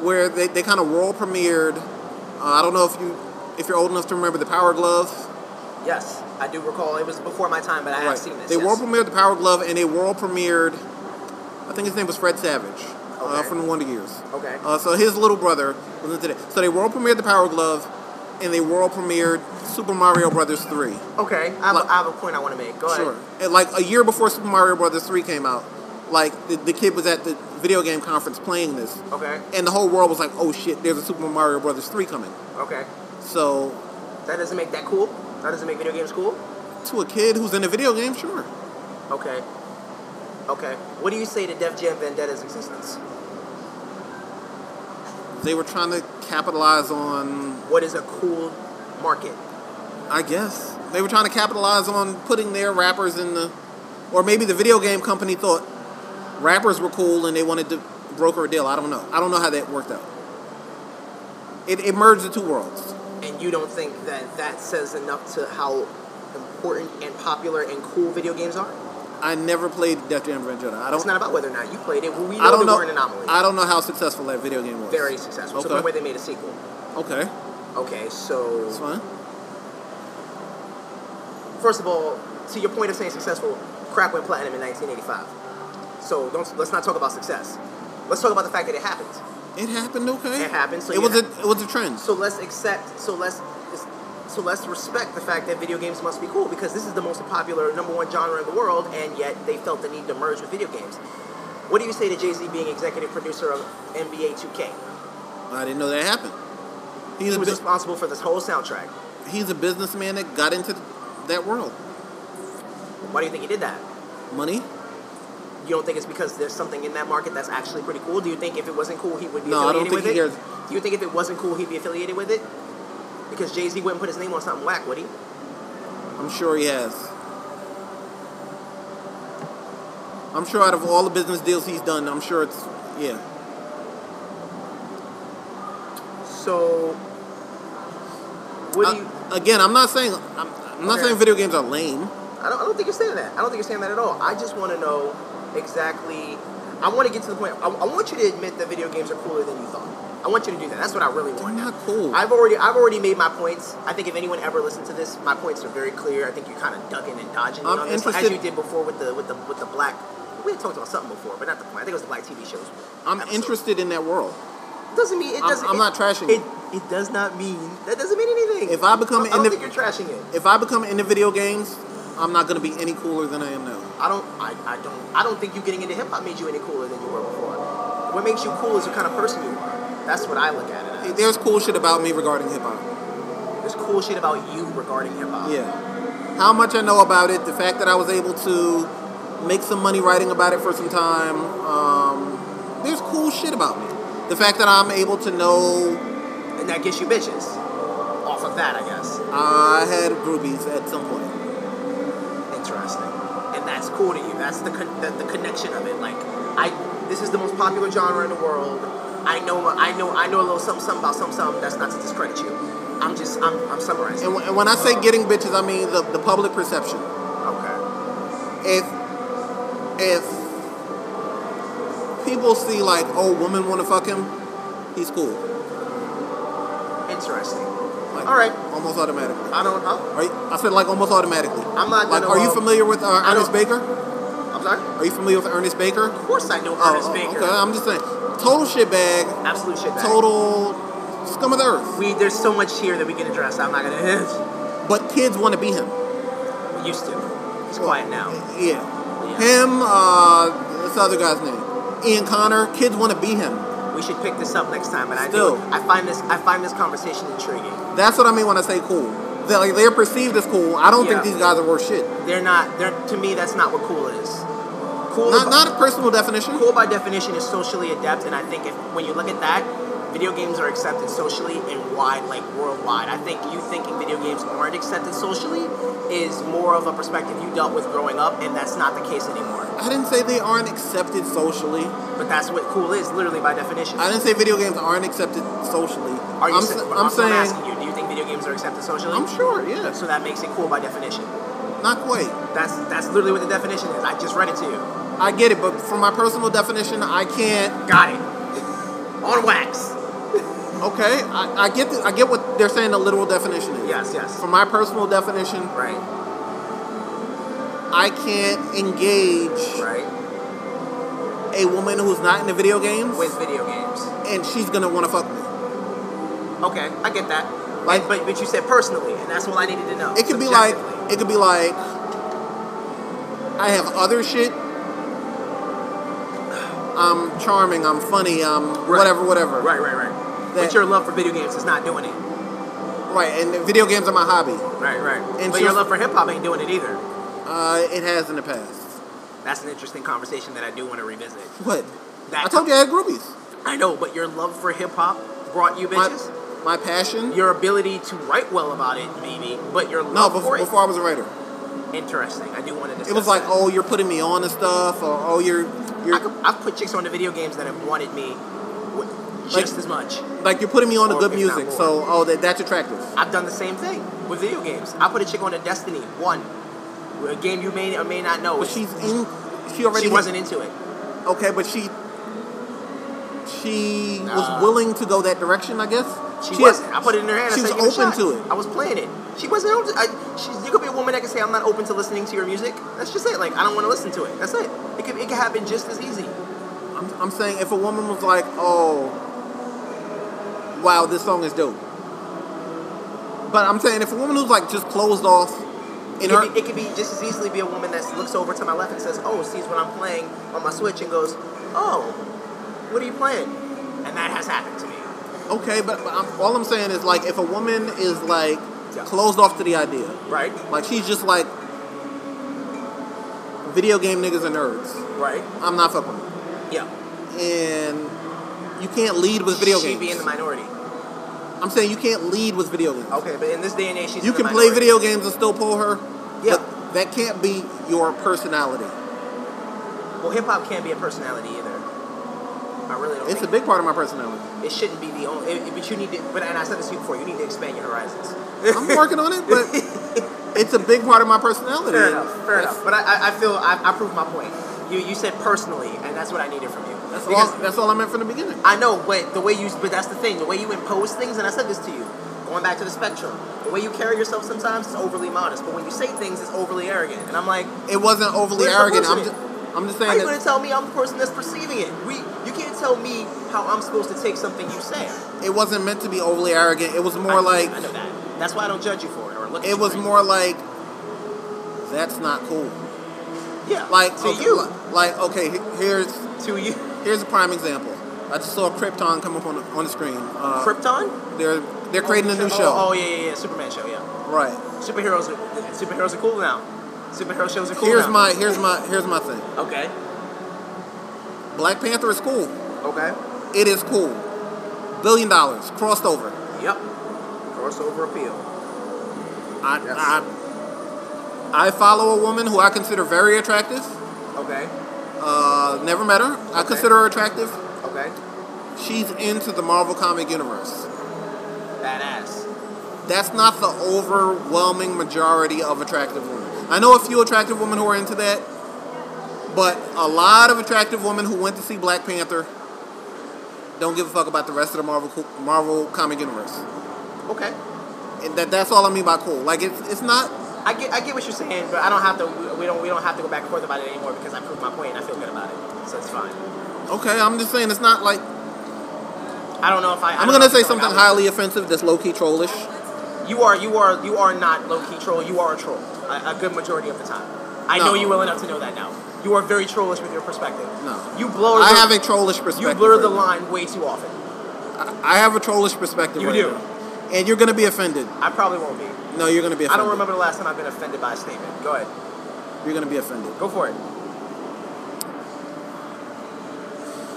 Speaker 2: where they, they kind of world premiered uh, I don't know if you if you're old enough to remember the Power Glove.
Speaker 3: Yes, I do recall. It was before my time, but I have seen this.
Speaker 2: They
Speaker 3: yes.
Speaker 2: world premiered the Power Glove and they world premiered I think his name was Fred Savage uh,
Speaker 3: Okay.
Speaker 2: from the Wonder Years.
Speaker 3: Okay,
Speaker 2: Uh, so his little brother was into that. So they world premiered the Power Glove, and they world premiered Super Mario Brothers three.
Speaker 3: okay. I have,
Speaker 2: like-
Speaker 3: a, I have a point I want to make. Go ahead.
Speaker 2: Sure. And like a year before Super Mario Brothers three came out, like the, the kid was at the video game conference playing this,
Speaker 3: Okay,
Speaker 2: and the whole world was like, "Oh shit, there's a Super Mario Brothers three coming."
Speaker 3: okay.
Speaker 2: So
Speaker 3: That doesn't make that cool. That doesn't make video games cool.
Speaker 2: to a kid who's in a video game, sure.
Speaker 3: Okay, okay. What do you say to Def Jam Vendetta's existence?
Speaker 2: They were trying to capitalize on,
Speaker 3: What is a cool market?
Speaker 2: I guess, they were trying to capitalize on putting their rappers in the, or maybe the video game company thought rappers were cool and they wanted to broker a deal. I don't know. I don't know how that worked out. It, it merged the two worlds.
Speaker 3: and you don't think that that says enough to how important and popular and cool video games are?
Speaker 2: I never played Def Jam Vendetta. I
Speaker 3: It's
Speaker 2: don't.
Speaker 3: not about whether or not you played it. We know
Speaker 2: I don't
Speaker 3: they
Speaker 2: know.
Speaker 3: were an anomaly.
Speaker 2: I don't know how successful that video game was.
Speaker 3: Very successful. So
Speaker 2: Okay.
Speaker 3: the way they made a sequel.
Speaker 2: Okay,
Speaker 3: Okay,
Speaker 2: that's
Speaker 3: so
Speaker 2: fine.
Speaker 3: first of all, to your point of saying successful, crack went platinum in 1985. So don't let's not talk about success. Let's talk about the fact that it happened.
Speaker 2: It happened. Okay.
Speaker 3: It happened, so
Speaker 2: it was
Speaker 3: yeah.
Speaker 2: a it was a trend.
Speaker 3: So let's accept. So let's. So let's respect the fact that video games must be cool because this is the most popular number one genre in the world, and yet they felt the need to merge with video games. What do you say to Jay Z being executive producer of NBA 2K?
Speaker 2: I didn't know that happened. He's
Speaker 3: He
Speaker 2: a
Speaker 3: was
Speaker 2: bu-
Speaker 3: responsible for this whole soundtrack.
Speaker 2: he's a businessman that got into that world.
Speaker 3: Why do you think he did that?
Speaker 2: Money.
Speaker 3: You don't think it's because there's something in that market that's actually pretty cool? Do you think if it wasn't cool, he would be
Speaker 2: No, I don't
Speaker 3: affiliated
Speaker 2: think
Speaker 3: with
Speaker 2: he
Speaker 3: it?
Speaker 2: cares.
Speaker 3: Do you think if it wasn't cool, he'd be affiliated with it? Because Jay Z wouldn't put his name on something whack, would he?
Speaker 2: I'm sure he has. I'm sure out of all the business deals he's done, I'm sure it's yeah.
Speaker 3: So, what
Speaker 2: I-
Speaker 3: do you?
Speaker 2: again, I'm not saying I'm, I'm not
Speaker 3: Okay.
Speaker 2: saying video games are lame.
Speaker 3: I don't, I don't think you're saying that. I don't think you're saying that at all. I just want to know exactly. I want to get to the point. I, I want you to admit that video games are cooler than you thought. I want you to do that. That's what I really
Speaker 2: They're
Speaker 3: want.
Speaker 2: not cool.
Speaker 3: I've already I've already made my points. I think if anyone ever listened to this, my points are very clear. I think you're kind of ducking and dodging me
Speaker 2: I'm
Speaker 3: on this, as
Speaker 2: interested-
Speaker 3: you did before with the with the with the black. We had talked about something before, but not the point. I think it was the black TV shows.
Speaker 2: I'm
Speaker 3: episode.
Speaker 2: interested in that world.
Speaker 3: Doesn't mean it
Speaker 2: I'm-
Speaker 3: doesn't.
Speaker 2: I'm
Speaker 3: it-
Speaker 2: not trashing
Speaker 3: it. It does not mean that doesn't mean anything.
Speaker 2: If I become
Speaker 3: I don't
Speaker 2: indiv-
Speaker 3: think you're trashing it.
Speaker 2: If I become into video games, I'm not gonna be any cooler than I am now.
Speaker 3: I don't, I, I don't, I don't think you getting into hip hop made you any cooler than you were before. What makes you cool is the kind of person you are. That's what I look at it as.
Speaker 2: There's cool shit about me regarding hip hop.
Speaker 3: There's cool shit about you regarding hip hop.
Speaker 2: Yeah. How much I know about it, the fact that I was able to make some money writing about it for some time. Um, there's cool shit about me. The fact that I'm able to know
Speaker 3: and that gets you bitches. Off of that, I guess.
Speaker 2: I had groupies at some point.
Speaker 3: Interesting. And that's cool to you. That's the con- the, the connection of it. Like I, this is the most popular genre in the world. I know, I know, I know a little something, something about something, something. That's not to discredit you. I'm just, I'm, I'm summarizing.
Speaker 2: And when, and when I say getting bitches, I mean the, the public perception.
Speaker 3: okay.
Speaker 2: If if people see like, oh, women want to fuck him, he's cool.
Speaker 3: Interesting.
Speaker 2: Like,
Speaker 3: All right.
Speaker 2: Almost automatically.
Speaker 3: I don't. know.
Speaker 2: Are you, I said like almost automatically.
Speaker 3: I'm not
Speaker 2: Like,
Speaker 3: gonna,
Speaker 2: are you
Speaker 3: uh,
Speaker 2: familiar with uh,
Speaker 3: I
Speaker 2: Ernest
Speaker 3: don't-
Speaker 2: Baker?
Speaker 3: I'm sorry.
Speaker 2: Are you familiar with Ernest Baker?
Speaker 3: Of course I know
Speaker 2: Oh,
Speaker 3: Ernest
Speaker 2: oh,
Speaker 3: Baker.
Speaker 2: Okay, I'm just saying. Total shitbag.
Speaker 3: Absolute shit. bag.
Speaker 2: Total scum of the earth.
Speaker 3: We there's so much here that we can address. I'm not gonna.
Speaker 2: But kids want to be him.
Speaker 3: We used to. It's quiet now.
Speaker 2: Yeah.
Speaker 3: Yeah.
Speaker 2: Him. Uh, what's the other guy's name? Ian Connor. Kids want to be him.
Speaker 3: We should pick this up next time. And I do.
Speaker 2: Still.
Speaker 3: I find this. I find this conversation intriguing.
Speaker 2: That's what I mean when I say cool. They're, like, they're perceived as cool. I don't
Speaker 3: Yeah.
Speaker 2: think these guys are worth shit.
Speaker 3: They're not. They're to me. That's not what cool is. Cool.
Speaker 2: Not, not a personal definition.
Speaker 3: cool by definition is socially adept, and I think if when you look at that, video games are accepted socially and wide, like worldwide. I think you thinking video games aren't accepted socially is more of a perspective you dealt with growing up, and that's not the case anymore.
Speaker 2: I didn't say they aren't accepted socially.
Speaker 3: But that's what cool is, literally by definition.
Speaker 2: I didn't say video games aren't accepted socially.
Speaker 3: Are you?
Speaker 2: I'm,
Speaker 3: sa-
Speaker 2: s-
Speaker 3: I'm,
Speaker 2: I'm saying,
Speaker 3: asking you. Do you think video games are accepted socially?
Speaker 2: I'm sure, yeah.
Speaker 3: So that makes it cool by definition.
Speaker 2: Not quite.
Speaker 3: That's that's literally what the definition is. I just read it to you.
Speaker 2: I get it, but for my personal definition, I can't.
Speaker 3: Got it. On wax.
Speaker 2: Okay, I, I get the, I get what they're saying the literal definition is.
Speaker 3: Yes. Yes.
Speaker 2: For my personal definition,
Speaker 3: Right.
Speaker 2: I can't engage
Speaker 3: Right.
Speaker 2: a woman who's not into video games,
Speaker 3: With video games.
Speaker 2: and she's gonna want to fuck me.
Speaker 3: Okay, I get that.
Speaker 2: Like-
Speaker 3: And- but but you said personally, and that's all I needed to know.
Speaker 2: It could be like
Speaker 3: Subjectively.
Speaker 2: it could be like I have other shit. I'm charming. I'm funny. I'm whatever, whatever.
Speaker 3: Right. Right. Right.
Speaker 2: That-
Speaker 3: but your love for video games is not doing it.
Speaker 2: Right. And video games are my hobby.
Speaker 3: Right. Right.
Speaker 2: And
Speaker 3: but your
Speaker 2: so-
Speaker 3: love for hip hop ain't doing it either.
Speaker 2: Uh, it has in the past.
Speaker 3: That's an interesting conversation that I do want to revisit.
Speaker 2: What?
Speaker 3: That
Speaker 2: I told you I had groupies.
Speaker 3: I know, but your love for hip hop brought you
Speaker 2: My,
Speaker 3: bitches.
Speaker 2: my passion.
Speaker 3: your ability to write well about it, maybe, but your
Speaker 2: No,
Speaker 3: love
Speaker 2: before,
Speaker 3: for it.
Speaker 2: before I was a writer,
Speaker 3: Interesting. I do want to discuss.
Speaker 2: it was like,
Speaker 3: that.
Speaker 2: oh, you're putting me on and stuff, or oh, you're, you're
Speaker 3: I could, I've put chicks on the video games that have wanted me w- just as much.
Speaker 2: like you're putting me on to
Speaker 3: Or
Speaker 2: good
Speaker 3: if not
Speaker 2: music.
Speaker 3: more.
Speaker 2: So, oh, that, that's attractive.
Speaker 3: I've done the same thing with video games. I put a chick on to Destiny One, a game you may or may not know.
Speaker 2: But
Speaker 3: It's-
Speaker 2: she's in. She already
Speaker 3: she wasn't into it.
Speaker 2: Okay, but she she
Speaker 3: Nah.
Speaker 2: was willing to go that direction, I guess.
Speaker 3: She,
Speaker 2: had-
Speaker 3: wasn't. I put it in her hand.
Speaker 2: She
Speaker 3: I
Speaker 2: was
Speaker 3: said, "Give
Speaker 2: open
Speaker 3: it a
Speaker 2: to
Speaker 3: shot."
Speaker 2: it.
Speaker 3: I was playing it. She wasn't. Open to, I, she's, you could be a woman that can say, "I'm not open to listening to your music." That's just it. Like I don't want to listen to it. That's it. It could it could happen just as easy.
Speaker 2: I'm, I'm saying if a woman was like, "Oh, wow, this song is dope," but I'm saying if a woman who's like just closed off in
Speaker 3: It
Speaker 2: her,
Speaker 3: could, be, it could be just as easily be a woman that looks over to my left and says, "Oh, sees what I'm playing on my Switch and goes, "Oh, what are you playing?" And that has happened to me.
Speaker 2: okay, but, but I'm, all I'm saying is like if a woman is like
Speaker 3: Yeah.
Speaker 2: closed off to the idea,
Speaker 3: Right?
Speaker 2: like she's just like, video game niggas are nerds.
Speaker 3: right?
Speaker 2: I'm not fucking with them.
Speaker 3: Yeah.
Speaker 2: And you can't lead with video
Speaker 3: She'd
Speaker 2: games.
Speaker 3: be in the minority.
Speaker 2: I'm saying you can't lead with video games.
Speaker 3: Okay, but in this day and age, she's
Speaker 2: You
Speaker 3: in the
Speaker 2: can play
Speaker 3: minority.
Speaker 2: video games and still pull her.
Speaker 3: Yeah.
Speaker 2: But that can't be your personality.
Speaker 3: Well, hip hop can't be a personality either. I really don't.
Speaker 2: It's a
Speaker 3: think
Speaker 2: big part of my personality.
Speaker 3: it shouldn't be the only. It, but you need to. But and I said this to you before. You need to expand your horizons.
Speaker 2: I'm working on it, but it's a big part of my personality.
Speaker 3: Fair
Speaker 2: and
Speaker 3: enough. Fair
Speaker 2: that's-
Speaker 3: enough. But I, I- I feel I, I proved my point. You you said personally, and that's what I needed from you.
Speaker 2: That's
Speaker 3: Because-
Speaker 2: all, that's all I meant from the beginning.
Speaker 3: I know, but the way you, but that's the thing, the way you impose things, and I said this to you, going back to the spectrum, the way you carry yourself sometimes is overly modest, but when you say things, it's overly arrogant. And I'm like,
Speaker 2: It wasn't overly
Speaker 3: Where's the
Speaker 2: arrogant. I'm
Speaker 3: bullshit?
Speaker 2: just, I'm just
Speaker 3: how are
Speaker 2: saying
Speaker 3: you going
Speaker 2: that
Speaker 3: to tell me I'm the person that's perceiving it? We, you can't tell me how I'm supposed to take something you say.
Speaker 2: it wasn't meant to be overly arrogant. It was more
Speaker 3: I-
Speaker 2: like,
Speaker 3: I know that. That's why I don't judge you for it or look. at
Speaker 2: it
Speaker 3: you
Speaker 2: was
Speaker 3: for
Speaker 2: more like, that's not cool.
Speaker 3: yeah,
Speaker 2: Like
Speaker 3: to
Speaker 2: okay,
Speaker 3: you,
Speaker 2: li- like okay, he- here's
Speaker 3: to you,
Speaker 2: here's a prime example. I just saw Krypton come up on the, on the screen. Uh,
Speaker 3: Krypton.
Speaker 2: they're they're creating a new
Speaker 3: Oh,
Speaker 2: show,
Speaker 3: Oh, yeah, yeah, yeah, Superman show. Yeah,
Speaker 2: right?
Speaker 3: superheroes. Are, superheroes are cool now. Superhero shows are cool
Speaker 2: here's
Speaker 3: now.
Speaker 2: my here's my here's my thing.
Speaker 3: Okay.
Speaker 2: Black Panther is cool.
Speaker 3: Okay.
Speaker 2: It is cool. Billion dollars crossed over.
Speaker 3: Yep. Crossover appeal.
Speaker 2: I, I, I follow a woman who I consider very attractive.
Speaker 3: Okay.
Speaker 2: Uh, never met her. I consider her attractive.
Speaker 3: Okay.
Speaker 2: She's into the Marvel comic universe.
Speaker 3: Badass.
Speaker 2: That's not the overwhelming majority of attractive women. I know a few attractive women who are into that, but a lot of attractive women who went to see Black Panther don't give a fuck about the rest of the Marvel co- Marvel comic universe.
Speaker 3: Okay.
Speaker 2: And that that's all I mean by cool. Like it's it's not
Speaker 3: I get I get what you're saying, but I don't have to. We don't we don't have to go back and forth about it anymore because I proved my point and I feel good about it, so it's fine.
Speaker 2: okay. I'm just saying it's not like
Speaker 3: I don't know if I. I
Speaker 2: I'm
Speaker 3: don't know
Speaker 2: gonna
Speaker 3: if
Speaker 2: say
Speaker 3: it's
Speaker 2: something
Speaker 3: like I
Speaker 2: highly offensive that's low key trollish.
Speaker 3: was- You are you are you are not low key troll. You are a troll. A, a good majority of the time. I
Speaker 2: No.
Speaker 3: know you well enough to know that now. You are very trollish with your perspective.
Speaker 2: No.
Speaker 3: You blur.
Speaker 2: I
Speaker 3: the,
Speaker 2: have a trollish perspective.
Speaker 3: Oh, You blur the
Speaker 2: right
Speaker 3: line way too often.
Speaker 2: now. I have a trollish perspective.
Speaker 3: You
Speaker 2: right
Speaker 3: do.
Speaker 2: now. And you're gonna be offended.
Speaker 3: I probably won't be.
Speaker 2: No, you're gonna be.
Speaker 3: I
Speaker 2: Offended.
Speaker 3: don't remember the last time I've been offended by a statement. Go ahead.
Speaker 2: You're gonna be offended.
Speaker 3: Go for it.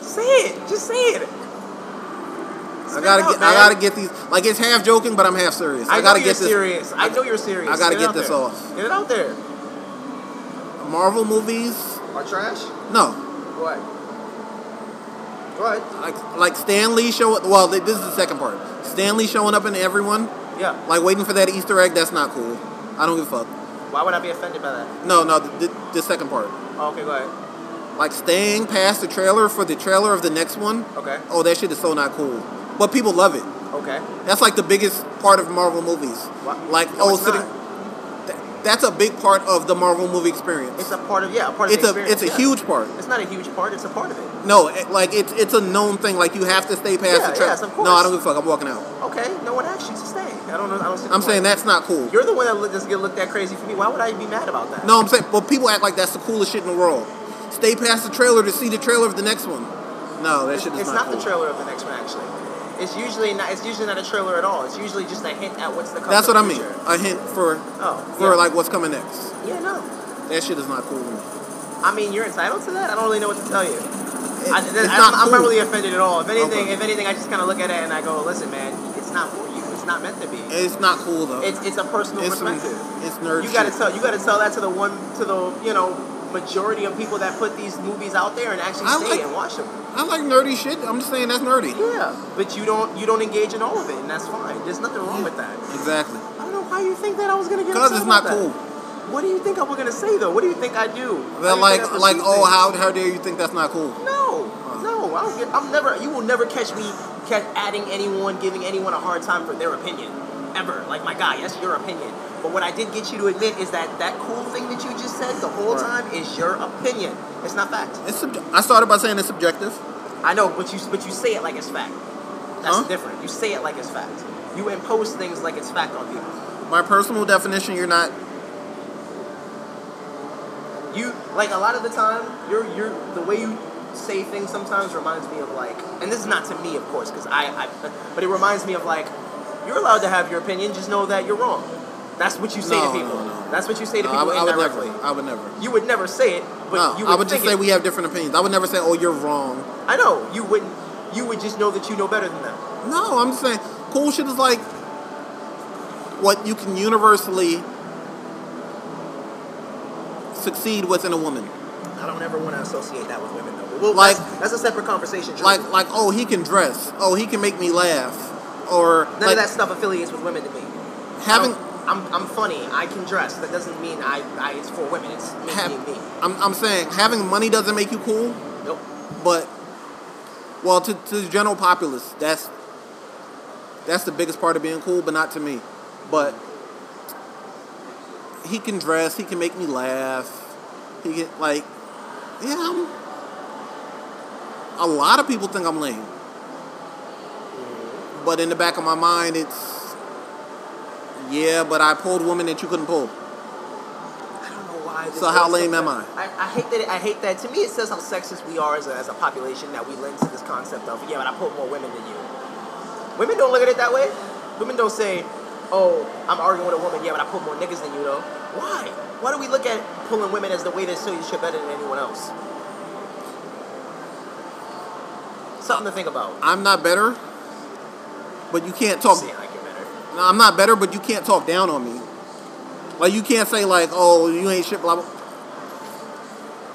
Speaker 3: Say it. Just say it.
Speaker 2: I gotta get. I gotta get these. Like it's half joking, but I'm half serious. I, gotta
Speaker 3: know you're
Speaker 2: get this.
Speaker 3: serious. I know you're serious.
Speaker 2: I gotta
Speaker 3: it
Speaker 2: get
Speaker 3: out
Speaker 2: this
Speaker 3: there.
Speaker 2: off.
Speaker 3: Get it out there.
Speaker 2: Marvel movies.
Speaker 3: Are trash?
Speaker 2: No,
Speaker 3: Go ahead. Go ahead.
Speaker 2: like like Stan Lee show. Well, th- this is the second part. Stan Lee showing up in everyone,
Speaker 3: Yeah.
Speaker 2: like waiting for that Easter egg. That's not cool. I don't give a fuck.
Speaker 3: Why would I be offended by that?
Speaker 2: No, no, the, the, the second part.
Speaker 3: Oh, okay, go ahead.
Speaker 2: Like staying past the trailer for the trailer of the next one.
Speaker 3: Okay.
Speaker 2: Oh, that shit is so not cool. But people love it.
Speaker 3: Okay.
Speaker 2: That's like the biggest part of Marvel movies.
Speaker 3: What?
Speaker 2: Like,
Speaker 3: No,
Speaker 2: oh,
Speaker 3: it's
Speaker 2: sitting.
Speaker 3: not.
Speaker 2: Th- that's a big part of the Marvel movie experience.
Speaker 3: It's a part of yeah, a part of
Speaker 2: it's
Speaker 3: the
Speaker 2: a,
Speaker 3: experience.
Speaker 2: it's a
Speaker 3: yeah.
Speaker 2: huge part.
Speaker 3: It's not a huge part. It's a part of it.
Speaker 2: No, it, like it's it's a known thing. Like you have to stay past
Speaker 3: Yeah,
Speaker 2: the trailer.
Speaker 3: yes, of course.
Speaker 2: No, I don't give a fuck. I'm walking out.
Speaker 3: Okay. No one asked you to stay. I don't know. I don't. See the
Speaker 2: I'm
Speaker 3: point.
Speaker 2: saying that's not cool.
Speaker 3: You're the one that look- just get looked at crazy for me. Why would I be mad about that?
Speaker 2: no, I'm saying, but people act like that's the coolest shit in the world. Stay past the trailer to see the trailer of the next one. No, that
Speaker 3: It's,
Speaker 2: shit is
Speaker 3: it's
Speaker 2: not,
Speaker 3: not,
Speaker 2: cool.
Speaker 3: the trailer of the next one actually. It's usually not. It's usually not a trailer at all. It's usually just a hint at what's the. Come
Speaker 2: That's
Speaker 3: in
Speaker 2: what
Speaker 3: the
Speaker 2: I mean.
Speaker 3: future.
Speaker 2: A hint for
Speaker 3: Oh,
Speaker 2: for
Speaker 3: yeah.
Speaker 2: like what's coming next.
Speaker 3: Yeah, no.
Speaker 2: That shit is not cool. to me.
Speaker 3: I mean, you're entitled to that. I don't really know what to tell you. I,
Speaker 2: It- it's
Speaker 3: that- I'm,
Speaker 2: not
Speaker 3: I'm not
Speaker 2: cool.
Speaker 3: really offended at all. If anything,
Speaker 2: Okay.
Speaker 3: if anything, I just kind of look at it and I go, "Listen, man, it's not for you. It's not meant to be.
Speaker 2: It's not cool though.
Speaker 3: It's it's a personal
Speaker 2: it's, some-
Speaker 3: perspective.
Speaker 2: it's nerd.
Speaker 3: You gotta
Speaker 2: shit.
Speaker 3: tell you gotta tell that to the one to the you know majority of people that put these movies out there and actually
Speaker 2: I
Speaker 3: stay
Speaker 2: like-
Speaker 3: and watch them.
Speaker 2: I like nerdy shit. I'm just saying that's nerdy.
Speaker 3: Yeah, but you don't you don't engage in all of it, and that's fine. There's nothing wrong with that.
Speaker 2: Exactly.
Speaker 3: I don't know why you think that I was gonna get
Speaker 2: Cause
Speaker 3: upset
Speaker 2: it's not
Speaker 3: about
Speaker 2: cool.
Speaker 3: that. What do you think I was gonna say though? What do you think I do? How do you
Speaker 2: They're
Speaker 3: think
Speaker 2: like
Speaker 3: I
Speaker 2: like
Speaker 3: perceive
Speaker 2: oh
Speaker 3: things?
Speaker 2: how how dare you think that's not cool?
Speaker 3: No, no, I don't get. I'm never. You will never catch me catch adding anyone, giving anyone a hard time for their opinion, ever. Like my guy, that's your opinion. But what I did get you to admit is that that cool thing that you just said the whole
Speaker 2: Right.
Speaker 3: time is your opinion. It's not fact.
Speaker 2: It's sub- I started by saying it's subjective.
Speaker 3: I know, but you but you say it like it's fact. That's
Speaker 2: Huh?
Speaker 3: different. You say it like it's fact. You impose things like it's fact on people.
Speaker 2: My personal definition, you're not.
Speaker 3: you like a lot of the time you're you're the way you say things sometimes reminds me of like and this is not to me of course because I, I but it reminds me of like you're allowed to have your opinion just know that you're wrong that's what you say
Speaker 2: No,
Speaker 3: to people
Speaker 2: no, no.
Speaker 3: That's what you say to
Speaker 2: No, I,
Speaker 3: people
Speaker 2: would- I would
Speaker 3: indirectly.
Speaker 2: never. I would never.
Speaker 3: You would never say it, but
Speaker 2: No,
Speaker 3: you would
Speaker 2: I would just
Speaker 3: think
Speaker 2: say
Speaker 3: it.
Speaker 2: we have different opinions. I would never say, "Oh, you're wrong."
Speaker 3: I know you wouldn't. You would just know that you know better than them.
Speaker 2: No, I'm just saying cool shit is like what you can universally succeed with in a woman.
Speaker 3: I don't ever want to associate that with women though. But Well,
Speaker 2: Like-
Speaker 3: that's, that's a separate conversation. Drew.
Speaker 2: Like, like, oh, he can dress. Oh, he can make me laugh. Or
Speaker 3: none
Speaker 2: like
Speaker 3: of that stuff affiliates with women to me.
Speaker 2: having.
Speaker 3: I'm, I'm, I'm funny. I can dress. That doesn't mean I, I it's for women. It's me,
Speaker 2: Have,
Speaker 3: me, me.
Speaker 2: I'm, I'm saying having money doesn't make you cool,
Speaker 3: Nope.
Speaker 2: but well, to, to the general populace, that's that's the biggest part of being cool, but not to me. But he can dress. He can make me laugh. He can like, yeah. I'm, a lot of people think I'm lame, but in the back of my mind, it's yeah. But I pulled women that you couldn't pull.
Speaker 3: I don't know why. this
Speaker 2: So how
Speaker 3: goes
Speaker 2: lame am
Speaker 3: somewhere. I, I hate that. I hate that. To me, it says how sexist we are as a, as a population that we lend to this concept of yeah, but I put more women than you. Women don't look at it that way. Women don't say, oh, I'm arguing with a woman. Yeah, but I put more niggas than you though. Why? Why do we look at pulling women as the way to show you shit better than anyone else? Something to think about.
Speaker 2: I'm not better, but you can't talk.
Speaker 3: Saying like you're better.
Speaker 2: No, I'm not better, but you can't talk down on me. Like you can't say like, oh, you ain't shit. Blah blah.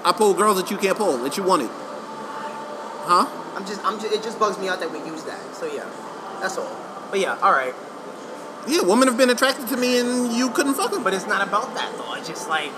Speaker 2: I pull girls that you can't pull that you wanted, huh?
Speaker 3: I'm just, I'm just, it just bugs me out that we use that. So yeah, that's all. But yeah, all right.
Speaker 2: Yeah, women have been attracted to me and you couldn't fuck them.
Speaker 3: But it's not about that though. It's just like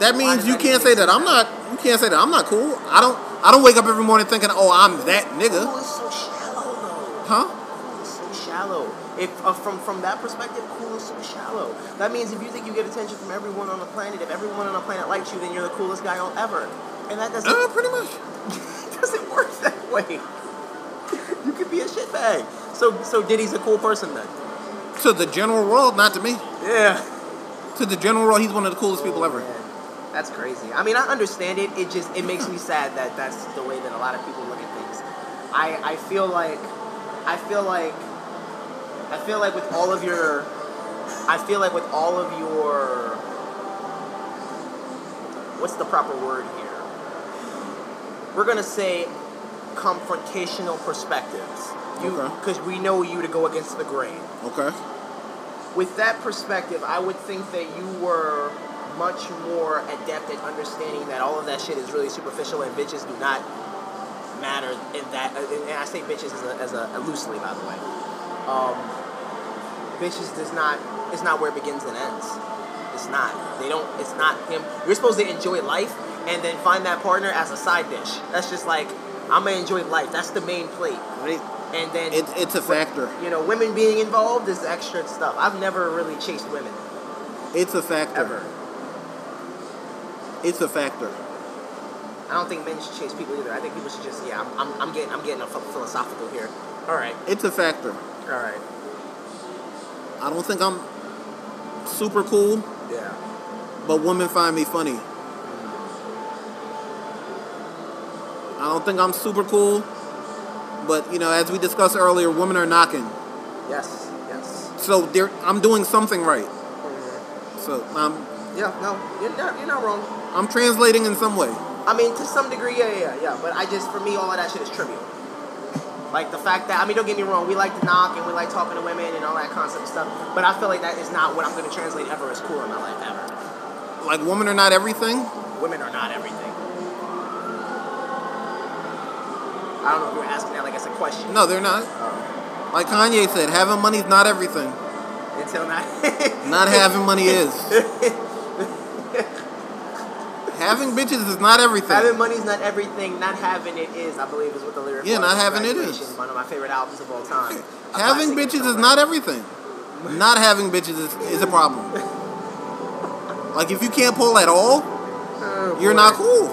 Speaker 2: That
Speaker 3: Why
Speaker 2: means
Speaker 3: does
Speaker 2: you
Speaker 3: that
Speaker 2: can't
Speaker 3: even
Speaker 2: say that I'm not. You can't say that I'm not cool. I don't. I don't wake up every morning thinking, oh, I'm that
Speaker 3: cool
Speaker 2: nigga,
Speaker 3: is so shallow though.
Speaker 2: huh?
Speaker 3: Cool is so shallow. If uh, from from that perspective, cool is so shallow. That means if you think you get attention from everyone on the planet, if everyone on the planet likes you, then you're the coolest guy on ever. And that doesn't
Speaker 2: Uh, pretty much.
Speaker 3: it doesn't work that way. you could be a shitbag. So so Diddy's a cool person then.
Speaker 2: To the general world, not to me.
Speaker 3: Yeah.
Speaker 2: To the general world, he's one of the coolest people ever.
Speaker 3: That's crazy. I mean, I understand it. It just it makes me sad that that's the way that a lot of people look at things. I I feel like I feel like I feel like with all of your I feel like with all of your what's the proper word here? We're gonna say confrontational perspectives. You
Speaker 2: Okay.
Speaker 3: because we know you to go against the grain
Speaker 2: Okay.
Speaker 3: with that perspective, I would think that you were much more adept at understanding that all of that shit is really superficial and bitches do not matter in that. And I say bitches as a, as a loosely, by the way. Um, bitches does not. It's not where it begins and ends. It's not. They don't. It's not him. You're supposed to enjoy life and then find that partner as a side dish. That's just like I'm gonna enjoy life. That's the main plate. And then
Speaker 2: It's it's a factor.
Speaker 3: you know, women being involved is extra stuff. I've never really chased women
Speaker 2: It's a factor.
Speaker 3: ever.
Speaker 2: It's a factor.
Speaker 3: I don't think men should chase people either. I think people should just yeah. I'm, I'm, I'm getting I'm getting a ph- philosophical here. All right,
Speaker 2: It's a factor.
Speaker 3: all right,
Speaker 2: I don't think I'm super cool,
Speaker 3: yeah.
Speaker 2: but women find me funny. I don't think I'm super cool, but you know, as we discussed earlier, women are knocking.
Speaker 3: Yes, yes.
Speaker 2: So they're, I'm doing something right. So I'm,
Speaker 3: Yeah, no, you're not you're not wrong.
Speaker 2: I'm translating in some way.
Speaker 3: I mean, to some degree, yeah, yeah, yeah. But I just for me, all of that shit is trivial. Like the fact that I mean, don't get me wrong. We like to knock and we like talking to women and all that concept stuff. But I feel like that is not what I'm going to translate ever as cool in my life ever.
Speaker 2: Like women are not everything.
Speaker 3: Women are not everything. I don't know if you're asking that like it's a question.
Speaker 2: No, they're not. Like Kanye said, having money's not everything.
Speaker 3: Until now.
Speaker 2: Not having money is. having bitches is not everything.
Speaker 3: having money's not everything. Not having it is, I believe, is what the lyric.
Speaker 2: Yeah,
Speaker 3: was
Speaker 2: not
Speaker 3: on
Speaker 2: having it
Speaker 3: Graduation,
Speaker 2: is.
Speaker 3: One of my favorite albums of all time. A
Speaker 2: Having bitches
Speaker 3: classic
Speaker 2: is
Speaker 3: itself.
Speaker 2: not everything. Not having bitches is, is a problem. Like if you can't pull at all,
Speaker 3: Oh,
Speaker 2: you're
Speaker 3: boy.
Speaker 2: not cool.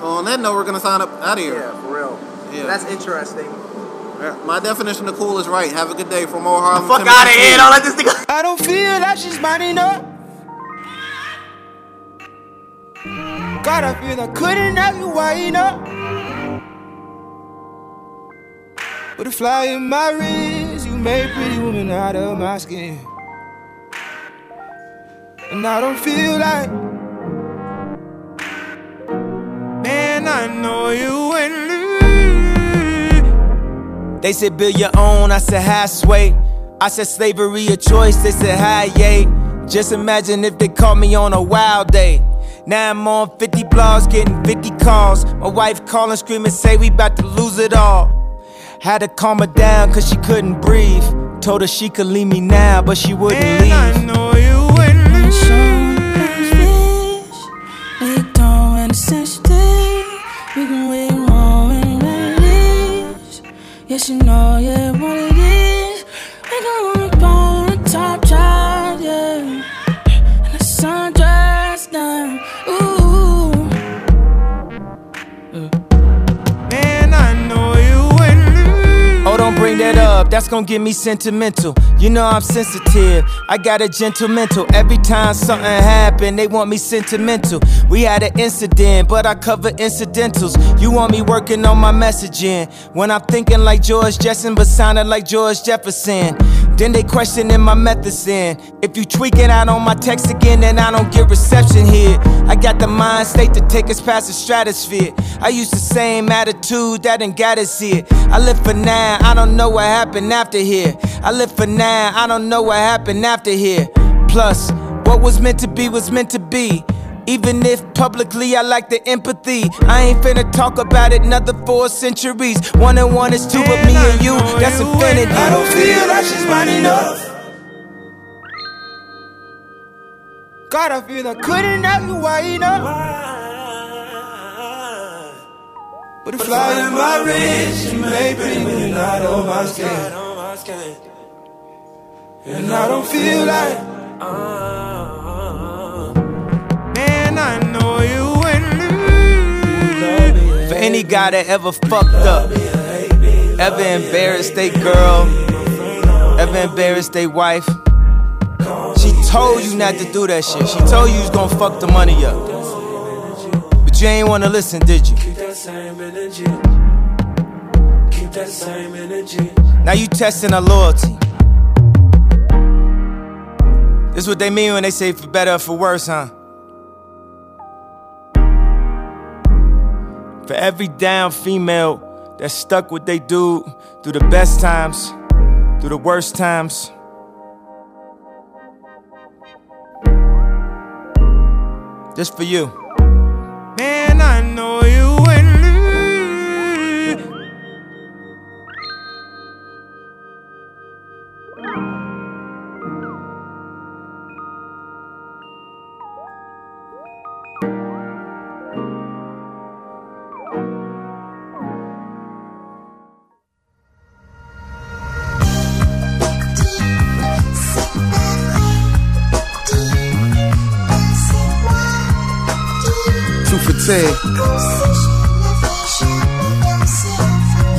Speaker 2: So on that note, we're gonna sign up out of here.
Speaker 3: Yeah, for real.
Speaker 2: Yeah.
Speaker 3: That's interesting.
Speaker 2: My definition of cool is right. Have a good day from more Harlem.
Speaker 3: Fuck
Speaker 2: Timberland
Speaker 3: out of here!
Speaker 2: Crew.
Speaker 3: Don't let this nigga.
Speaker 5: I don't feel that she's mine enough. God, I feel I couldn't have you wide enough. Butterfly in my wrist, you made pretty woman out of my skin. and I don't feel like. Man, I know you ain't leave. They said build your own, I said halfway. I said slavery a choice, they said hi yay. Just imagine if they caught me on a wild day. Now I'm on 50 blogs, getting 50 calls. My wife calling, screaming, say we about to lose it all. Had to calm her down cause she couldn't breathe. Told her she could leave me now, but she wouldn't leave. I know you wouldn't leave.
Speaker 11: Yes, you know, yeah, what it is. We gon' wanna go on the top job, yeah. And the sun dressed down, ooh.
Speaker 5: Man, I know you ain't Oh, don't bring that up. That's gonna get me sentimental. You know I'm sensitive. I got a gentlemental. Every time something happen, they want me sentimental. We had an incident, but I cover incidentals. You want me working on my messaging when I'm thinking like George Jetson, but sounding like George Jefferson. Then they questioning my medicine. If you tweaking out on my text again, then I don't get reception here. I got the mind state to take us past the stratosphere. I use the same attitude that done got us here. I live for now, I don't know what happened after here. I live for now, I don't know what happened after here. Plus, what was meant to be was meant to be. Even if publicly I like the empathy, I ain't finna talk about it another four centuries. One and one is two of me and you, that's infinity.
Speaker 12: I don't feel like she's mine enough.
Speaker 5: God, I feel I couldn't have you wide enough. But if
Speaker 12: Fly in my wrist, you may bring me not on my skin. And I don't feel like
Speaker 5: Man, I know you ain't leave. For any guy that ever fucked up, ever embarrassed they girl, ever embarrassed they wife, she told you not to do that shit. She told you you was gonna fuck the money up. But you ain't wanna listen, did you?
Speaker 12: keep that same energy. Keep that same energy.
Speaker 5: Now you testing our loyalty. This what they mean when they say for better or for worse, huh? For every down female that's stuck with they dude through the best times, through the worst times. Just for you. Man, I know you ain't leave.
Speaker 9: Two for ten.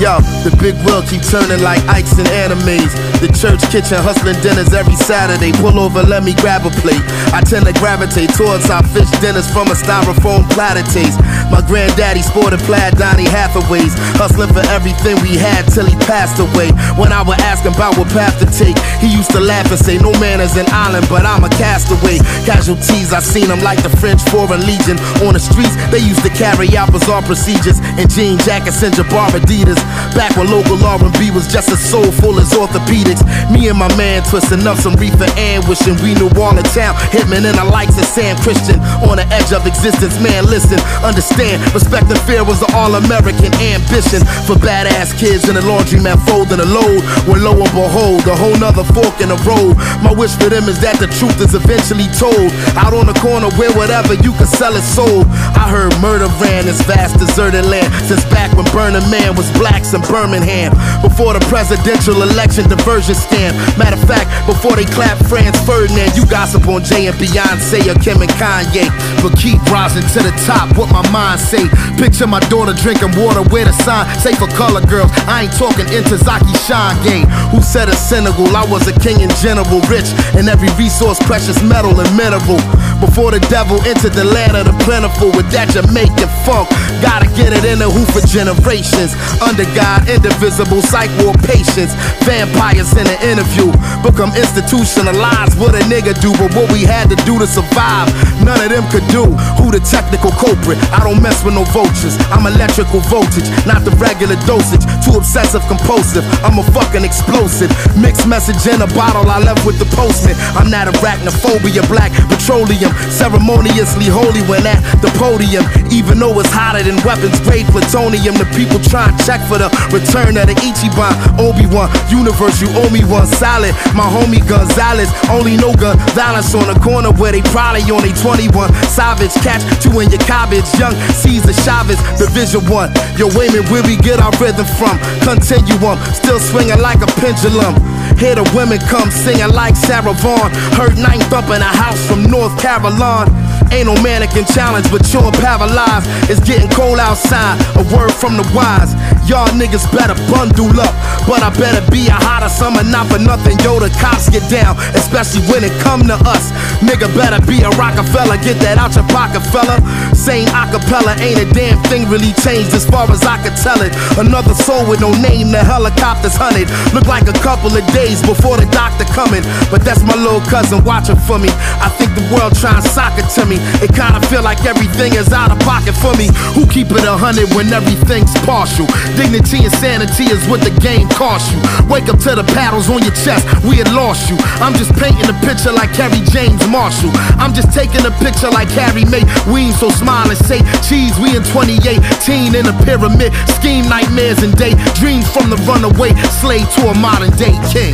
Speaker 9: Yo, the big wheel keep turning like Ike's and animes. The church kitchen hustling dinners every Saturday. Pull over, let me grab a plate. I tend to gravitate towards our fish dinners from a styrofoam platter taste. My granddaddy sported plaid Donnie Hathaway's. Hustling for everything we had till he passed away. When I would ask him about what path to take, he used to laugh and say, No man is an island, but I'm a castaway. Casualties, I seen them like the French Foreign Legion. On the streets, they used to carry out bizarre procedures. And jean jackets and Jabbar Adidas. Back when local R&B was just as soulful as orthopedics. Me and my man twisting up some reefer and wishing we knew all in town. Hitman and the likes of Sam Christian. On the edge of existence, man, listen, understand. Respect and fear was the all American ambition. For badass kids in the laundromat folding a load. When lo and behold, a whole nother fork in the road. My wish for them is that the truth is eventually told. Out on the corner where whatever you can sell is sold. I heard murder ran this vast deserted land since back when Burning Man was blacks in Birmingham. Before the presidential election diversion scam. Matter of fact, before they clap Franz Ferdinand, you gossip on Jay and Beyonce or Kim and Kanye. But keep rising to the top, what my mind say. Picture my daughter drinking water with a sign. Say for color girls, I ain't talking Intozaki Shange. Who said a Senegal? I was a king in general, rich in every resource, precious metal and mineral. Before the devil entered the land of the plentiful with that Jamaican funk. Gotta get it in the hoop for generations. Under to God, indivisible, psych war patients. Vampires in an interview, become institutionalized. What a nigga do, but what we had to do to survive, none of them could do. Who the technical culprit? I don't mess with no vultures. I'm electrical voltage, not the regular dosage. Too obsessive, compulsive. I'm a fucking explosive. Mixed message in a bottle I left with the postman. I'm not arachnophobia, black petroleum. Ceremoniously holy when at the podium. Even though it's hotter than weapons grade plutonium, the people try and check for the return of the Ichiban. Obi Wan, universe, you owe me one solid. My homie Gonzalez, only no gun violence on the corner where they probably on a 21. Savage catch two in your cabbage. Young Caesar Chavez, division one. Yo, wait a minute, where we get our rhythm from? Continuum, still swinging like a pendulum. Hear the women come singing like Sarah Vaughan. Heard ninth up in a house from North Carolina. Ain't no mannequin challenge, but you're paralyzed. It's getting cold outside. A word from the wise. Y'all niggas better bundle up, but I better be a hotter summer, not for nothing. Yo, the cops get down, especially when it come to us. Nigga better be a Rockefeller, get that out your pocket, fella. Same acapella, ain't a damn thing really changed as far as I could tell it. Another soul with no name, the helicopters hunted. Look like a couple of days before the doctor coming, but that's my little cousin watching for me. I think the world trying soccer to me. It kinda feel like everything is out of pocket for me. Who keep it a hundred when everything's partial? Dignity and sanity is what the game costs you. Wake up to the paddles on your chest, we had lost you. I'm just painting a picture like Harry James Marshall. I'm just taking a picture like Harry May. We ain't so smile and say cheese, we in 2018 in a pyramid. Scheme nightmares and day dreams from the runaway slave to a modern day king.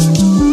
Speaker 13: Thank you.